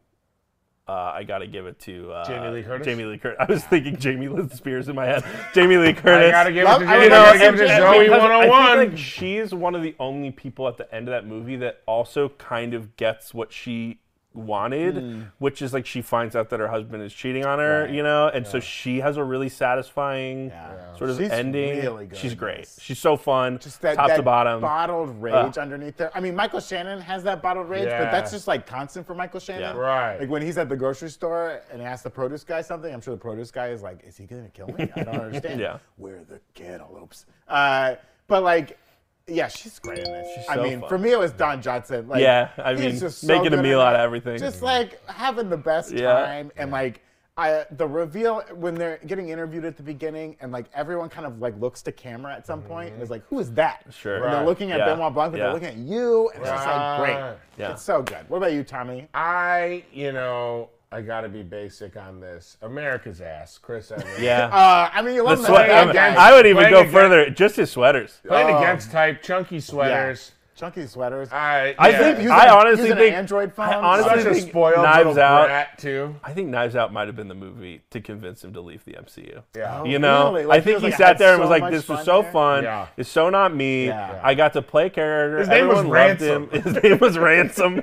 Speaker 2: uh, I got to give it to uh,
Speaker 3: Jamie Lee Curtis?
Speaker 2: Jamie Lee Curtis. I was thinking Jamie Lee Spears in my head. Jamie Lee Curtis.
Speaker 3: I gotta give it
Speaker 1: Love-
Speaker 3: to,
Speaker 1: I
Speaker 3: you know,
Speaker 1: gotta
Speaker 3: give it to
Speaker 1: give it to
Speaker 3: Zoe
Speaker 2: because I
Speaker 3: 101.
Speaker 2: feel like she is one of the only people at the end of that movie that also kind of gets what she wanted,
Speaker 1: Hmm.
Speaker 2: which is like she finds out that her husband is cheating on her, you know, and so she has a really satisfying
Speaker 1: Yeah.
Speaker 2: sort of
Speaker 1: She's
Speaker 2: ending.
Speaker 1: really good
Speaker 2: She's
Speaker 1: in
Speaker 2: great.
Speaker 1: this.
Speaker 2: She's so fun,
Speaker 1: Just that,
Speaker 2: top
Speaker 1: that
Speaker 2: to bottom.
Speaker 1: bottled rage underneath there. I mean, Michael Shannon has that bottled rage,
Speaker 3: Yeah.
Speaker 1: but that's just like constant for Michael Shannon.
Speaker 2: Yeah.
Speaker 3: Right.
Speaker 1: Like when he's at the grocery store and asks the produce guy something, I'm sure the produce guy is like, "Is he gonna kill me? I don't understand."
Speaker 2: Yeah.
Speaker 1: Where are the cantaloupes? Uh, but like, yeah, she's great in this. I
Speaker 2: so
Speaker 1: mean,
Speaker 2: fun.
Speaker 1: for me, it was Don Johnson. Like,
Speaker 2: Yeah, I
Speaker 1: he's
Speaker 2: mean,
Speaker 1: just so
Speaker 2: making a
Speaker 1: good at
Speaker 2: meal out of
Speaker 1: it.
Speaker 2: everything.
Speaker 1: Just like having the best
Speaker 2: Yeah.
Speaker 1: time and like. I, the reveal when they're getting interviewed at the beginning and like everyone kind of like looks to camera at some point and is like who is that
Speaker 2: Sure.
Speaker 1: and they're
Speaker 3: Right.
Speaker 1: looking at
Speaker 2: Yeah.
Speaker 1: Benoit Blanc and
Speaker 2: Yeah.
Speaker 1: they're looking at you and it's just like
Speaker 3: Right.
Speaker 1: great
Speaker 2: Yeah.
Speaker 1: it's so good what about you Tommy
Speaker 3: I, you know, I gotta be basic on this. America's ass, Chris Evans.
Speaker 2: Yeah.
Speaker 1: Uh, I mean, you
Speaker 2: The
Speaker 1: love
Speaker 2: sweat-
Speaker 3: playing
Speaker 2: I'm-
Speaker 1: that.
Speaker 3: against-
Speaker 2: I would even
Speaker 3: playing
Speaker 2: go
Speaker 3: against-
Speaker 2: further. Just his sweaters.
Speaker 3: Playing
Speaker 1: Oh.
Speaker 3: against type, chunky sweaters.
Speaker 1: Chunky sweaters.
Speaker 3: I,
Speaker 2: I
Speaker 3: yeah.
Speaker 2: think
Speaker 1: Using-
Speaker 2: I honestly
Speaker 1: using an
Speaker 2: think
Speaker 1: Android phone?
Speaker 2: I honestly
Speaker 1: Such
Speaker 3: such
Speaker 1: a
Speaker 3: a
Speaker 2: think
Speaker 3: spoiled
Speaker 2: Knives
Speaker 3: little
Speaker 2: Out.
Speaker 3: brat too.
Speaker 2: I think Knives Out might have been the movie to convince him to leave the MCU.
Speaker 3: Yeah.
Speaker 2: You know,
Speaker 1: Oh, Really? Like,
Speaker 2: I think
Speaker 1: he
Speaker 2: he
Speaker 1: was like, I had
Speaker 2: sat there and
Speaker 1: so
Speaker 2: was like,
Speaker 1: much
Speaker 2: "This was
Speaker 1: fun
Speaker 2: so
Speaker 1: here."
Speaker 2: fun.
Speaker 3: Yeah.
Speaker 2: It's so not me.
Speaker 1: Yeah.
Speaker 2: I got to play character.
Speaker 3: His name was
Speaker 2: Everyone loved
Speaker 3: Ransom.
Speaker 2: Him. His name was Ransom.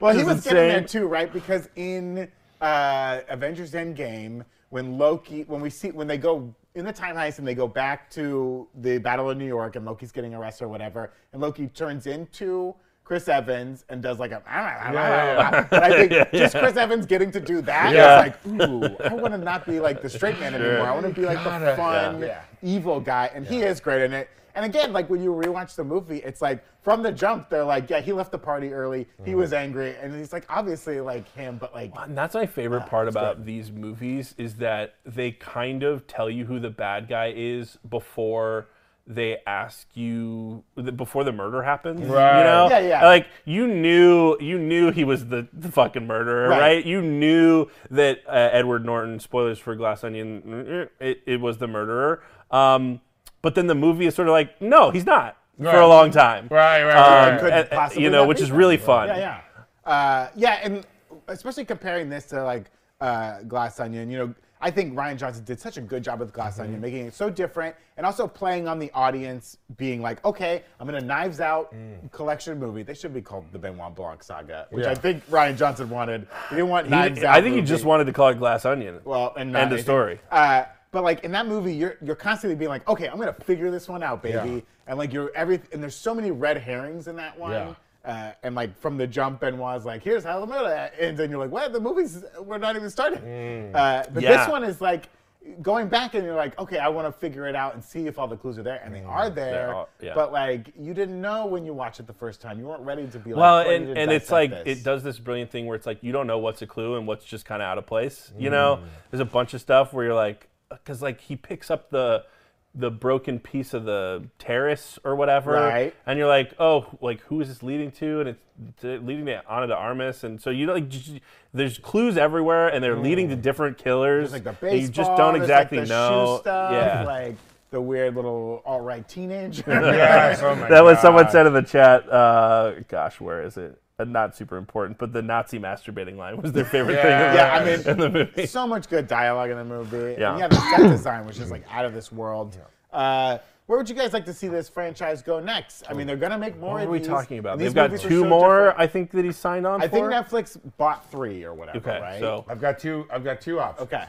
Speaker 1: Well, he
Speaker 2: This
Speaker 1: was
Speaker 2: is
Speaker 1: getting there
Speaker 2: insane.
Speaker 1: too, right? Because in uh, Avengers Endgame, when Loki, when we see, when they go in the time heist and they go back to the Battle of New York and Loki's getting arrested or whatever, and Loki turns into Chris Evans and does like a,
Speaker 3: yeah, yeah.
Speaker 1: but I think just Chris Evans getting to do that,
Speaker 2: Yeah.
Speaker 1: it's like, ooh, I want to not be like the straight man anymore. I want to be like the
Speaker 3: Gotta-
Speaker 1: fun,
Speaker 3: Yeah.
Speaker 1: evil guy, and he is great in it. And again, like when you rewatch the movie, it's like from the jump, they're like, yeah, he left the party early.
Speaker 2: Mm-hmm.
Speaker 1: He was angry, and he's like, obviously, like him, but like,
Speaker 2: And that's my
Speaker 1: Ah,
Speaker 2: favorite part about these movies is that they kind of tell you who the bad guy is before they ask you before the murder happens.
Speaker 3: Right.
Speaker 2: You know?
Speaker 1: Yeah, yeah.
Speaker 2: Like you knew you knew he was the, the fucking murderer,
Speaker 1: Right.
Speaker 2: right. You knew that uh, Edward Norton, spoilers for Glass Onion, it, it was the murderer. Um, but then the movie is sort of like, no, he's not for
Speaker 3: Right.
Speaker 2: a long time. Um,
Speaker 3: Right, right, right, right.
Speaker 1: Could
Speaker 2: and- and-
Speaker 1: possibly
Speaker 2: you know,
Speaker 1: not
Speaker 2: which
Speaker 1: be
Speaker 2: is
Speaker 1: them.
Speaker 2: really fun.
Speaker 1: Yeah, yeah, uh, yeah, and especially comparing this to like uh, Glass Onion. You know, I think Ryan Johnson did such a good job with Glass
Speaker 2: Mm-hmm.
Speaker 1: Onion, making it so different, and also playing on the audience being like, okay, I'm in a Knives Out
Speaker 2: Mm.
Speaker 1: collection movie. They should be called the Benoit Blanc Saga, which
Speaker 3: Yeah.
Speaker 1: I think Ryan Johnson wanted. He didn't want
Speaker 2: He-
Speaker 1: Knives Out.
Speaker 2: I think he
Speaker 1: movie.
Speaker 2: just wanted to call it Glass Onion.
Speaker 1: Well, and not
Speaker 2: end of
Speaker 1: anything.
Speaker 2: story.
Speaker 1: Uh, but like in that movie, you're you're constantly being like, okay, I'm gonna figure this one out, baby,
Speaker 3: Yeah.
Speaker 1: and like you're every and there's so many red herrings in that one.
Speaker 3: Yeah.
Speaker 1: Uh, and like from the jump, Benoit's like, here's how the murder ends, and you're like, what? The movie's we're not even started. Uh, but this
Speaker 2: Mm. Yeah.
Speaker 1: one is like going back and you're like, okay, I want to figure it out and see if all the clues are there, and they are there.
Speaker 2: are- Mm. yeah.
Speaker 1: But like you didn't know when you watched it the first time, you weren't ready to be like,
Speaker 2: Well,
Speaker 1: ready
Speaker 2: and,
Speaker 1: to
Speaker 2: and it's like
Speaker 1: dissect this.
Speaker 2: it does this brilliant thing where it's like you don't know what's a clue and what's just kind of out of place. You know,
Speaker 1: Mm.
Speaker 2: there's a bunch of stuff where you're like, because like he picks up the the broken piece of the terrace or whatever,
Speaker 1: Right.
Speaker 2: And you're like, oh, like who is this leading to? And it's to, leading to Anna de Armas, and so you know, like j- j- there's clues everywhere, and they're leading to different killers.
Speaker 1: There's Mm. like the
Speaker 2: and
Speaker 1: baseball.
Speaker 2: you just don't
Speaker 1: there's,
Speaker 2: exactly
Speaker 1: like the
Speaker 2: know.
Speaker 1: Shoe stuff,
Speaker 2: yeah.
Speaker 1: Like the weird little all right teenager.
Speaker 3: Yes, oh my
Speaker 2: that was
Speaker 3: God.
Speaker 2: someone said in the chat. Uh, gosh, where is it? Uh, not super important, but the Nazi masturbating line was their favorite thing. in the-
Speaker 1: yeah, I mean,
Speaker 2: in the movie.
Speaker 1: so much good dialogue in the movie.
Speaker 2: Yeah.
Speaker 1: And yeah, the set design was just like out of this world. Uh, where would you guys like to see this franchise go next? I mean, they're gonna make more.
Speaker 2: What
Speaker 1: of
Speaker 2: are we
Speaker 1: these,
Speaker 2: talking about?
Speaker 1: and
Speaker 2: They've
Speaker 1: these
Speaker 2: got
Speaker 1: movies are
Speaker 2: two
Speaker 1: so
Speaker 2: more,
Speaker 1: different.
Speaker 2: I think, that he signed on
Speaker 1: I think
Speaker 2: for.
Speaker 1: Netflix bought three or whatever.
Speaker 2: okay,
Speaker 1: right?
Speaker 2: so
Speaker 3: I've got two. I've got two options.
Speaker 1: okay.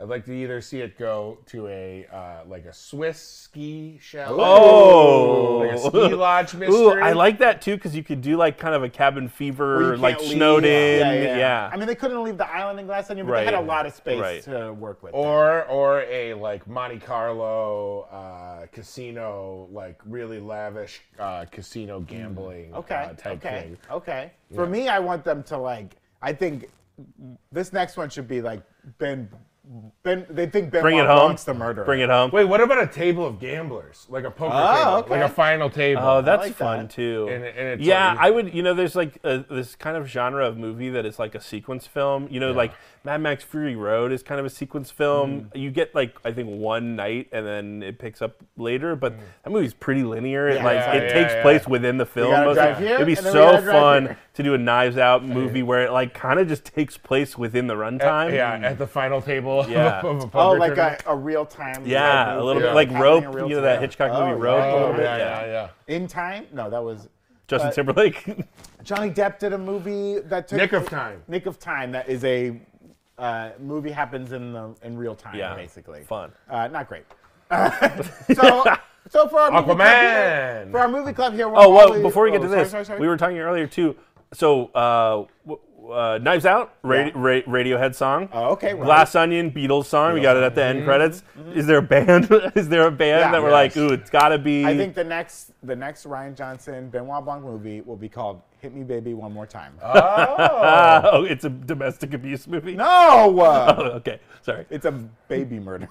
Speaker 3: I'd like to either see it go to a uh, like a Swiss ski chalet,
Speaker 2: Oh.
Speaker 3: like a ski lodge mystery.
Speaker 2: ooh, I like that too because you could do like kind of a cabin fever,
Speaker 1: Where you
Speaker 2: like
Speaker 1: can't
Speaker 2: snowed
Speaker 1: leave.
Speaker 2: in.
Speaker 1: Yeah, yeah, yeah. I mean, they couldn't leave the island in Glass Onion, but they had a
Speaker 2: Right.
Speaker 1: lot of space
Speaker 2: Right.
Speaker 1: to work with.
Speaker 3: or or a like Monte Carlo uh, casino, like really lavish uh,
Speaker 2: Hmm.
Speaker 3: casino gambling
Speaker 1: Okay.
Speaker 3: uh, type
Speaker 1: okay.
Speaker 3: thing.
Speaker 1: Okay. For me, I want them to like. I think this next one should be like Ben. Ben. They think Ben
Speaker 2: Bring it home.
Speaker 1: Blanc the murderer.
Speaker 2: Bring it home.
Speaker 3: Wait, what about a table of gamblers, like a poker
Speaker 1: Oh,
Speaker 3: table,
Speaker 1: okay.
Speaker 3: like a final table?
Speaker 2: Ah, Oh, that's
Speaker 1: like
Speaker 2: fun
Speaker 1: that.
Speaker 2: too.
Speaker 3: And- and it's
Speaker 2: yeah,
Speaker 3: like-
Speaker 2: I would. You know, there's like a, this kind of genre of movie that is like a sequence film. You know, like Mad Max Fury Road is kind of a sequence film.
Speaker 1: Mm.
Speaker 2: You get like I think one night and then it picks up later, but that movie's pretty linear.
Speaker 1: Mm. Yeah.
Speaker 2: it like
Speaker 1: Yeah,
Speaker 2: it
Speaker 3: yeah,
Speaker 2: takes
Speaker 3: yeah.
Speaker 2: place within the film.
Speaker 1: gotta
Speaker 2: most-
Speaker 1: drive here,
Speaker 2: It'd be
Speaker 1: and then we gotta
Speaker 2: so
Speaker 1: drive
Speaker 2: fun
Speaker 1: here.
Speaker 2: to do a Knives Out movie where it like kind of just takes place within
Speaker 1: Eh,
Speaker 2: the runtime.
Speaker 3: yeah, at the final table of a-
Speaker 2: Yeah.
Speaker 3: of, a poker
Speaker 1: Oh, like
Speaker 3: tournament.
Speaker 1: a, a real time.
Speaker 2: Yeah, a little
Speaker 3: Yeah.
Speaker 2: bit like
Speaker 1: Happening
Speaker 2: Rope,
Speaker 1: in real
Speaker 2: you know that
Speaker 1: time.
Speaker 2: Hitchcock
Speaker 1: Oh,
Speaker 2: movie
Speaker 1: yeah.
Speaker 2: Rope, a
Speaker 3: Oh,
Speaker 2: little bit.
Speaker 3: yeah, yeah,
Speaker 2: yeah.
Speaker 3: yeah.
Speaker 1: In time? No, that was
Speaker 2: Justin Timberlake.
Speaker 1: Johnny Depp did a movie that took
Speaker 3: Nick of Time.
Speaker 1: Nick of Time. That is a uh, movie happens in the in real time,
Speaker 2: Yeah.
Speaker 1: basically.
Speaker 2: Fun.
Speaker 1: Uh, not great. so, so for our movie club here,
Speaker 3: Aquaman.
Speaker 1: for our movie club here. we're
Speaker 2: Oh well,
Speaker 1: always-
Speaker 2: before we get
Speaker 1: oh,
Speaker 2: to
Speaker 1: sorry,
Speaker 2: this,
Speaker 1: sorry, sorry.
Speaker 2: we were talking earlier too. So, uh, w- uh, Knives Out, ra-
Speaker 1: Yeah.
Speaker 2: ra- Radiohead song.
Speaker 1: Oh, okay, right.
Speaker 2: Glass Onion, Beatles song. We got it at the end credits. Is there a band? Is there a band
Speaker 1: Mm-hmm. Yeah.
Speaker 2: that we're
Speaker 1: Yes.
Speaker 2: like, ooh, it's gotta be?
Speaker 1: I think the next the next Ryan Johnson Benoit Blanc movie will be called "Hit Me, Baby, One More Time."
Speaker 3: Oh,
Speaker 2: Oh, it's a domestic abuse movie.
Speaker 1: no, uh,
Speaker 2: Okay, sorry.
Speaker 1: it's a baby murder.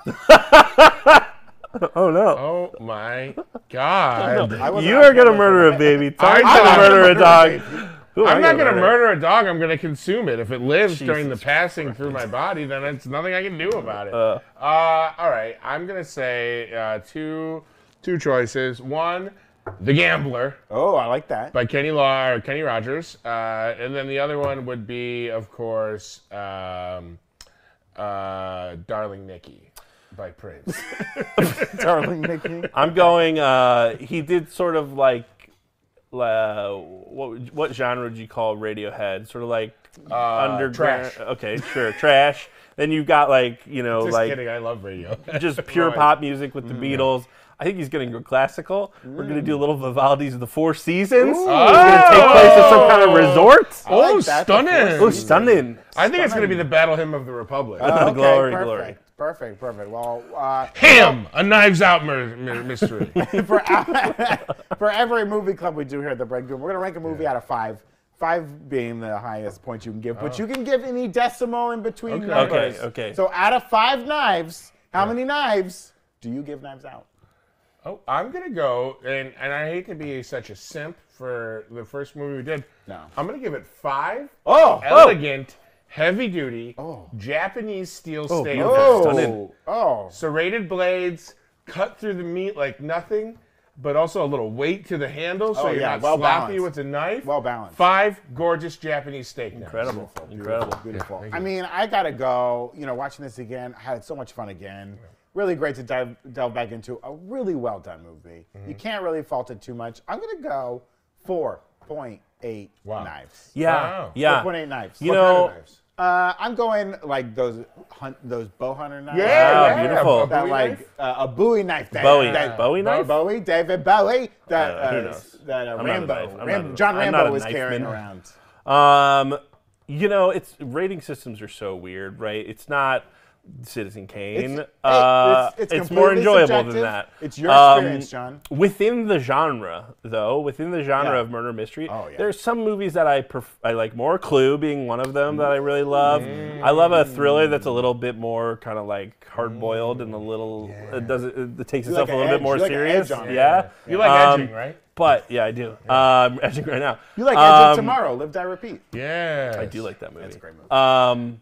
Speaker 2: Oh no.
Speaker 3: oh my God!
Speaker 1: I wasn't-
Speaker 2: You
Speaker 1: I
Speaker 2: are gonna
Speaker 1: wasn't-
Speaker 2: murder a baby. Tom's
Speaker 3: I thought-
Speaker 2: gonna murder a
Speaker 1: murder a
Speaker 2: dog. Who are
Speaker 3: I'm
Speaker 2: you
Speaker 3: not going
Speaker 2: murder?
Speaker 3: to murder a dog. I'm going to consume it. If it lives during the
Speaker 2: Jesus
Speaker 3: passing through my body, then it's nothing I can do about it.
Speaker 2: Uh.
Speaker 3: Uh, all right. I'm going to say uh, two two choices. One, The Gambler
Speaker 1: Oh, I like that.
Speaker 3: by Kenny Law or Kenny Rogers, uh, and then the other one would be, of course, um, uh, Darling Nikki by Prince.
Speaker 1: Darling Nikki.
Speaker 2: I'm going. Uh, he did sort of like. Uh, what would- what genre would you call Radiohead? Sort of like underground.
Speaker 3: trash.
Speaker 2: Okay, sure, trash. Then you've got like you know
Speaker 3: Just
Speaker 2: like
Speaker 3: kidding. I love radio.
Speaker 2: just pure
Speaker 3: Right.
Speaker 2: pop music with the Beatles. I think he's going to go classical. We're going to do a little Vivaldi's The Four Seasons. It's going to take place at some kind of resort.
Speaker 1: I like
Speaker 3: Oh,
Speaker 1: that, the
Speaker 3: stunning!
Speaker 2: Oh,
Speaker 1: Four Seasons.
Speaker 2: stunning.
Speaker 3: I think it's going to be the battle hymn of the republic.
Speaker 1: Oh, okay,
Speaker 2: glory,
Speaker 1: perfect,
Speaker 2: glory.
Speaker 1: Perfect, perfect. Well, uh,
Speaker 3: Ham, a Knives Out mur- mur- mystery.
Speaker 1: for, for every movie club we do here at the Break Room, we're gonna rank a movie out of five. Five being the highest point you can give, but you can give any decimal in between
Speaker 3: Okay.
Speaker 1: numbers.
Speaker 2: Okay, okay.
Speaker 1: So out of five knives, how many knives do you give knives out?
Speaker 3: oh, I'm gonna go, and and I hate to be such a simp for the first movie we did.
Speaker 1: No.
Speaker 3: I'm gonna give it five.
Speaker 1: Oh,
Speaker 3: elegant, heavy duty,
Speaker 1: Oh.
Speaker 3: Japanese steel
Speaker 2: Oh, beautiful.
Speaker 3: stainless,
Speaker 1: oh,
Speaker 2: Stunning.
Speaker 1: oh.
Speaker 3: serrated blades, cut through the meat like nothing. But also a little weight to the handle,
Speaker 1: Oh,
Speaker 3: so you're
Speaker 1: yeah,
Speaker 3: not
Speaker 1: well
Speaker 3: sloppy
Speaker 1: balanced.
Speaker 3: with the knife.
Speaker 1: Well balanced.
Speaker 3: Five gorgeous Japanese steak knives.
Speaker 2: Incredible. Incredible.
Speaker 1: Beautiful. I mean, I gotta go. You know, watching this again, I had so much fun again. Really great to dive, delve back into a really well done movie. You can't really fault it too much. I'm gonna go 4.8
Speaker 3: Wow.
Speaker 1: knives.
Speaker 2: Yeah.
Speaker 3: Wow.
Speaker 2: Yeah.
Speaker 1: 4.8 knives.
Speaker 2: You
Speaker 1: Look,
Speaker 2: know,
Speaker 3: Kind of knives.
Speaker 1: uh, I'm going like those hunt, those bow hunter knives.
Speaker 2: Wow,
Speaker 3: yeah,
Speaker 2: beautiful.
Speaker 3: a
Speaker 1: That
Speaker 3: Bowie
Speaker 1: like
Speaker 3: knife.
Speaker 1: Uh, a Bowie knife. That,
Speaker 2: Bowie.
Speaker 1: That,
Speaker 2: Bowie
Speaker 1: Bowie,
Speaker 2: knife?
Speaker 1: Bowie, David Bowie. That
Speaker 2: Uh, who
Speaker 1: uh,
Speaker 2: knows?
Speaker 1: that uh,
Speaker 2: I'm not a knife-
Speaker 1: Rambo.
Speaker 2: I'm
Speaker 1: Ram-
Speaker 2: not a-
Speaker 1: John
Speaker 2: I'm not
Speaker 1: Rambo
Speaker 2: a
Speaker 1: was
Speaker 2: knife
Speaker 1: carrying
Speaker 2: man.
Speaker 1: around.
Speaker 2: Um, you know, it's rating systems are so weird, right? It's not Citizen Kane.
Speaker 1: It's-
Speaker 2: uh,
Speaker 1: it's- it's
Speaker 2: more
Speaker 1: completely
Speaker 2: enjoyable
Speaker 1: subjective.
Speaker 2: than that. Um,
Speaker 1: It's your experience, John.
Speaker 2: Within the genre, though, within the genre
Speaker 1: Yeah.
Speaker 2: of murder mystery,
Speaker 1: Oh, yeah.
Speaker 2: there's some movies that I pref- I like more. Clue being one of them that I really love. I love a thriller that's a little bit more kind of like hard boiled and a little it doesn't it takes
Speaker 1: like
Speaker 2: itself a
Speaker 1: an
Speaker 2: little
Speaker 1: edge-
Speaker 2: bit more
Speaker 1: Mm. you like an
Speaker 2: serious.
Speaker 1: edge on it.
Speaker 2: yeah.
Speaker 3: You like
Speaker 2: Um,
Speaker 3: edging, right?
Speaker 2: But yeah, I do. Um, edging right now.
Speaker 1: You like Edge
Speaker 2: Um,
Speaker 1: of Tomorrow? Live, Die, Repeat.
Speaker 3: Yeah.
Speaker 2: I do like that movie.
Speaker 1: That's a great movie.
Speaker 2: Um,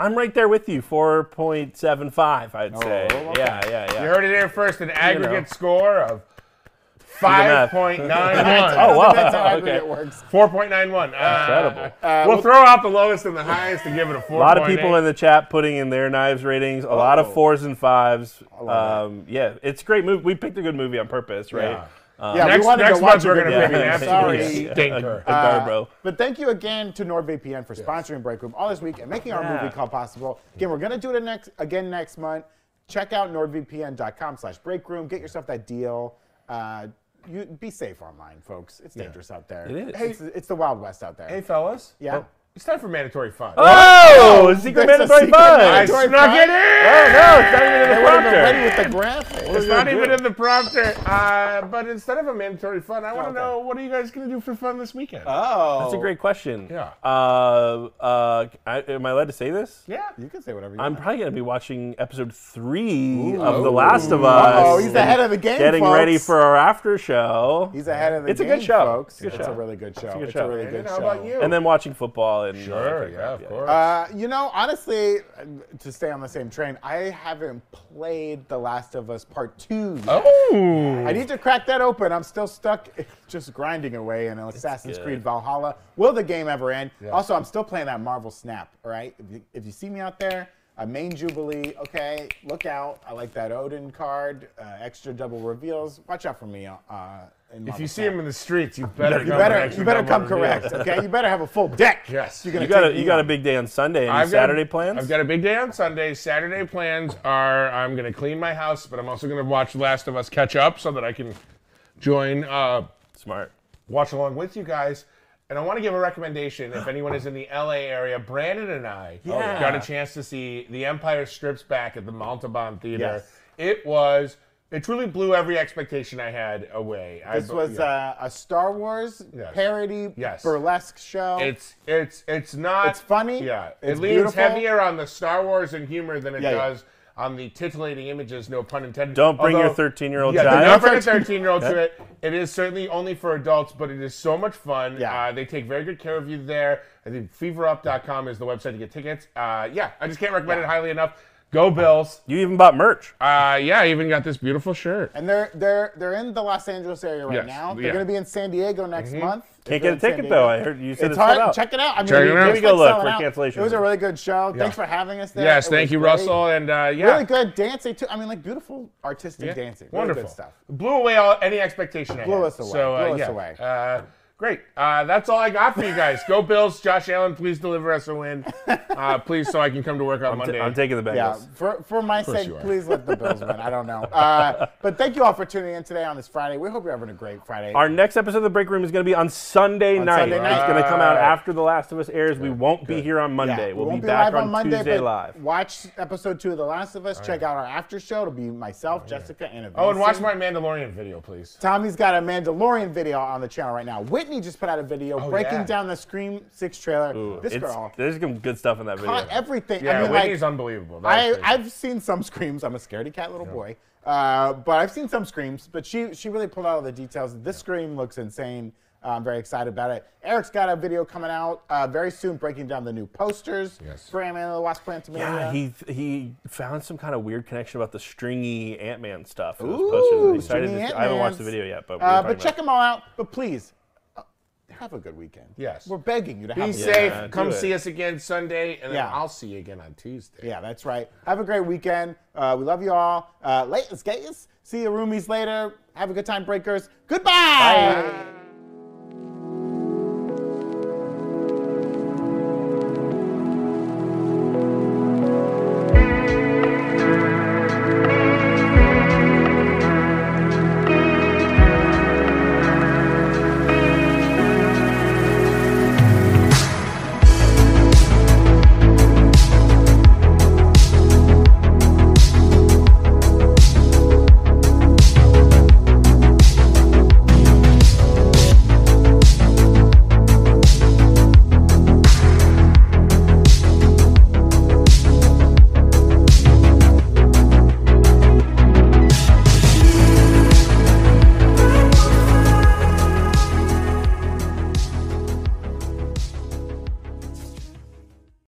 Speaker 2: I'm right there with you, 4.75, I'd say.
Speaker 1: Oh, okay.
Speaker 2: Yeah, yeah,
Speaker 3: You
Speaker 2: yeah.
Speaker 3: heard it here first. An aggregate
Speaker 2: know.
Speaker 3: score of
Speaker 2: math.
Speaker 3: 5.91.
Speaker 1: I
Speaker 2: Oh,
Speaker 1: don't
Speaker 2: wow.
Speaker 1: think That's how
Speaker 2: Okay.
Speaker 1: aggregate works.
Speaker 3: 4.91. Uh,
Speaker 2: Incredible.
Speaker 3: we'll, throw out the lowest and the highest and give it a 4.
Speaker 2: A lot of people in the chat putting in their knives ratings. A lot
Speaker 1: Oh.
Speaker 2: of fours and fives.
Speaker 1: love
Speaker 2: Um, yeah, it's a great movie. We picked a good movie on purpose, right? Um,
Speaker 1: yeah,
Speaker 3: next-
Speaker 1: we wanted
Speaker 3: next
Speaker 1: to watch
Speaker 3: month we're
Speaker 1: a good
Speaker 3: gonna pick
Speaker 1: movie.
Speaker 3: an
Speaker 1: Sorry.
Speaker 3: absolute
Speaker 2: Yeah.
Speaker 3: stinker.
Speaker 2: A, a
Speaker 1: Uh,
Speaker 2: Garbro.
Speaker 1: But thank you again to NordVPN for sponsoring Break Room all this week and making our
Speaker 2: Yeah.
Speaker 1: movie club possible. Again, we're gonna do it next again next month. Check out NordVPN.com/breakroom. Get yourself that deal. Uh, you be safe online, folks. It's dangerous out there.
Speaker 2: It is.
Speaker 1: It's, it's the Wild West out there.
Speaker 3: Hey, Oh. fellas.
Speaker 1: yeah.
Speaker 3: It's time for mandatory fun.
Speaker 2: Oh,
Speaker 1: Oh,
Speaker 2: Secret
Speaker 1: that's a
Speaker 2: Mandatory
Speaker 1: secret
Speaker 3: I
Speaker 2: Five!
Speaker 1: mandatory-
Speaker 3: snuck
Speaker 1: fun.
Speaker 3: it
Speaker 2: Oh,
Speaker 3: in!
Speaker 2: no, it's not even in
Speaker 1: They
Speaker 2: the
Speaker 1: would have been
Speaker 2: prompter.
Speaker 1: ready with the graphic.
Speaker 3: It's not even in the prompter. Uh, but instead of a mandatory fun, I want to
Speaker 1: Okay.
Speaker 3: know what are you guys going to do for fun this weekend?
Speaker 1: Oh,
Speaker 2: That's a great question.
Speaker 3: Yeah.
Speaker 2: Uh, uh, I, am I allowed to say this?
Speaker 3: yeah.
Speaker 1: You can say whatever you
Speaker 2: I'm
Speaker 1: want.
Speaker 2: probably going to be watching episode three of The Last of Us.
Speaker 1: Oh, he's ahead of the game.
Speaker 2: Getting
Speaker 1: folks.
Speaker 2: ready for our after show.
Speaker 1: He's ahead of the
Speaker 2: It's a
Speaker 1: game.
Speaker 2: good show.
Speaker 1: folks.
Speaker 2: It's a good
Speaker 1: It's
Speaker 2: show.
Speaker 1: a really good show. It's a,
Speaker 2: good show.
Speaker 1: really
Speaker 3: Brandon,
Speaker 1: good show.
Speaker 3: how about you?
Speaker 2: and then watching football and
Speaker 3: Sure, yeah, of course.
Speaker 1: Uh, you know, honestly, uh, to stay on the same train, I haven't played The Last of Us Part Two. Yet.
Speaker 3: oh!
Speaker 1: I need to crack that open. I'm still stuck just grinding away in Assassin's
Speaker 2: good.
Speaker 1: Creed Valhalla. Will the game ever end? Also, I'm still playing that Marvel Snap, all right? If you, if you see me out there, a main Jubilee, okay, look out. I like that Odin card, uh, extra double reveals. Watch out for me. Uh, in
Speaker 3: If
Speaker 1: Marvel
Speaker 3: you see
Speaker 1: Snap.
Speaker 3: him in the streets, you better
Speaker 1: you better, you better come correct, okay? You better have a full deck.
Speaker 3: Yes.
Speaker 1: You're gonna
Speaker 2: You got a,
Speaker 1: take
Speaker 2: you
Speaker 1: me
Speaker 2: got a
Speaker 1: on.
Speaker 2: big day on Sunday. Any
Speaker 3: I've got a-
Speaker 2: Saturday plans?
Speaker 3: I've got a big day on Sunday. Saturday plans are I'm going to clean my house, but I'm also going to watch Last of Us catch up so that I can join, uh,
Speaker 2: Smart.
Speaker 3: watch along with you guys. And I want to give a recommendation if anyone is in the LA area. Brandon and I
Speaker 2: Oh, Yeah.
Speaker 3: got a chance to see The Empire Strips Back at the Montalban Theater.
Speaker 1: Yes.
Speaker 3: It was, it truly blew every expectation I had away. I
Speaker 1: This
Speaker 3: bu-
Speaker 1: was
Speaker 3: yeah.
Speaker 1: uh, a Star Wars
Speaker 3: Yes.
Speaker 1: parody
Speaker 3: Yes.
Speaker 1: burlesque show.
Speaker 3: It's it's it's not.
Speaker 1: It's funny,
Speaker 3: Yeah,
Speaker 1: it's
Speaker 3: it leans
Speaker 1: beautiful.
Speaker 3: heavier on the Star Wars and humor than it
Speaker 1: Yeah, yeah.
Speaker 3: does on the titillating images, no pun intended.
Speaker 2: Don't bring your
Speaker 3: Although-
Speaker 2: 13 year old
Speaker 3: yeah,
Speaker 2: child.
Speaker 3: don't bring a 13 year old to it. It is certainly only for adults, but it is so much fun.
Speaker 1: Yeah.
Speaker 3: Uh, they take very good care of you there. I think feverup.com is the website to get tickets. Uh, yeah, I just can't recommend it highly enough. Go Bills.
Speaker 2: You even bought merch.
Speaker 3: Uh, yeah, I even got this beautiful shirt.
Speaker 1: And uh, they're they're they're in the Los Angeles area right
Speaker 3: Yes, Mm-hmm.
Speaker 1: now. They're
Speaker 3: yeah.
Speaker 1: going to be in San Diego next month.
Speaker 2: Can't get a ticket though. I heard you said
Speaker 1: It's
Speaker 2: it's sold
Speaker 1: hard.
Speaker 2: out.
Speaker 1: Check it out. I mean,
Speaker 3: Check it out.
Speaker 1: it's
Speaker 3: Maybe go
Speaker 1: like
Speaker 2: look
Speaker 1: selling
Speaker 2: for
Speaker 1: out.
Speaker 2: cancellation.
Speaker 1: It was a really good show. Thanks for having us there.
Speaker 3: Yes,
Speaker 1: It
Speaker 3: thank
Speaker 1: was
Speaker 3: you,
Speaker 1: great.
Speaker 3: Russell. And uh, yeah.
Speaker 1: Really good dancing too. I mean, like beautiful artistic
Speaker 3: Yeah.
Speaker 1: dancing. Really
Speaker 3: Wonderful
Speaker 1: good stuff.
Speaker 3: Blew away all any expectation. I
Speaker 1: Blew
Speaker 3: had.
Speaker 1: us away.
Speaker 3: So, uh,
Speaker 1: Blew us
Speaker 3: yeah.
Speaker 1: away.
Speaker 3: Uh, great. Uh, that's all I got for you guys. Go Bills. Josh Allen, please deliver us a win, uh, please, so I can come to work on
Speaker 2: I'm,
Speaker 3: Monday.
Speaker 2: t- I'm taking the Bengals.
Speaker 1: Yeah, for, for my
Speaker 3: you are.
Speaker 1: sake, please let the Bills win. I don't know. Uh, but thank you all for tuning in today on this Friday. We hope you're having a great Friday.
Speaker 2: Our next episode of the Break Room is going to be on Sunday
Speaker 1: On
Speaker 2: night.
Speaker 1: Sunday night.
Speaker 2: It's going to come out
Speaker 3: Right.
Speaker 2: after The Last of Us airs. we won't be here on
Speaker 1: Yeah,
Speaker 2: Monday.
Speaker 1: we
Speaker 2: we'll
Speaker 1: won't
Speaker 2: be, back
Speaker 1: live on Monday,
Speaker 2: Tuesday
Speaker 1: but
Speaker 2: live.
Speaker 1: Watch episode two of The Last of Us. Check out our after show. It'll be myself, Jessica, and Vincent.
Speaker 3: oh, and watch my Mandalorian video, please.
Speaker 1: Tommy's got a Mandalorian video on the channel right now. Whitney just put out a video breaking
Speaker 3: yeah.
Speaker 1: down the Scream Six trailer.
Speaker 2: Ooh,
Speaker 1: this
Speaker 2: it's-
Speaker 1: girl
Speaker 2: There's some good stuff in that video.
Speaker 1: caught everything.
Speaker 3: Yeah,
Speaker 1: I mean, like,
Speaker 3: Whitney's unbelievable. That
Speaker 1: I,
Speaker 3: was crazy.
Speaker 1: I've seen some screams. I'm a scaredy cat little boy. Uh, but I've seen some screams, but she, she really pulled out all the details. This scream looks insane. Uh, I'm very excited about it. Eric's got a video coming out uh, very soon breaking down the new posters
Speaker 3: Yes.
Speaker 1: for Ant-Man and the Wasp Quantumania.
Speaker 2: yeah, he he found some kind of weird connection about the stringy Ant Man stuff. in those
Speaker 1: Ooh,
Speaker 2: posters. I'm excited
Speaker 1: stringy
Speaker 2: to- I haven't watched the
Speaker 1: Ant-Mans.
Speaker 2: video yet, but we were
Speaker 1: Uh,
Speaker 2: talking
Speaker 1: but check
Speaker 2: about-
Speaker 1: them all out. But please, uh, have a good weekend.
Speaker 3: Yes.
Speaker 1: We're begging you to have
Speaker 3: Be
Speaker 1: a good
Speaker 3: safe.
Speaker 2: do
Speaker 3: come
Speaker 2: it.
Speaker 3: see us again Sunday, and
Speaker 1: Yeah.
Speaker 3: then I'll see you again on Tuesday.
Speaker 1: Yeah, that's right. Have a great weekend. Uh, we love you all. Uh, latest, guys. See you roomies later. Have a good time, breakers. Goodbye.
Speaker 3: Bye.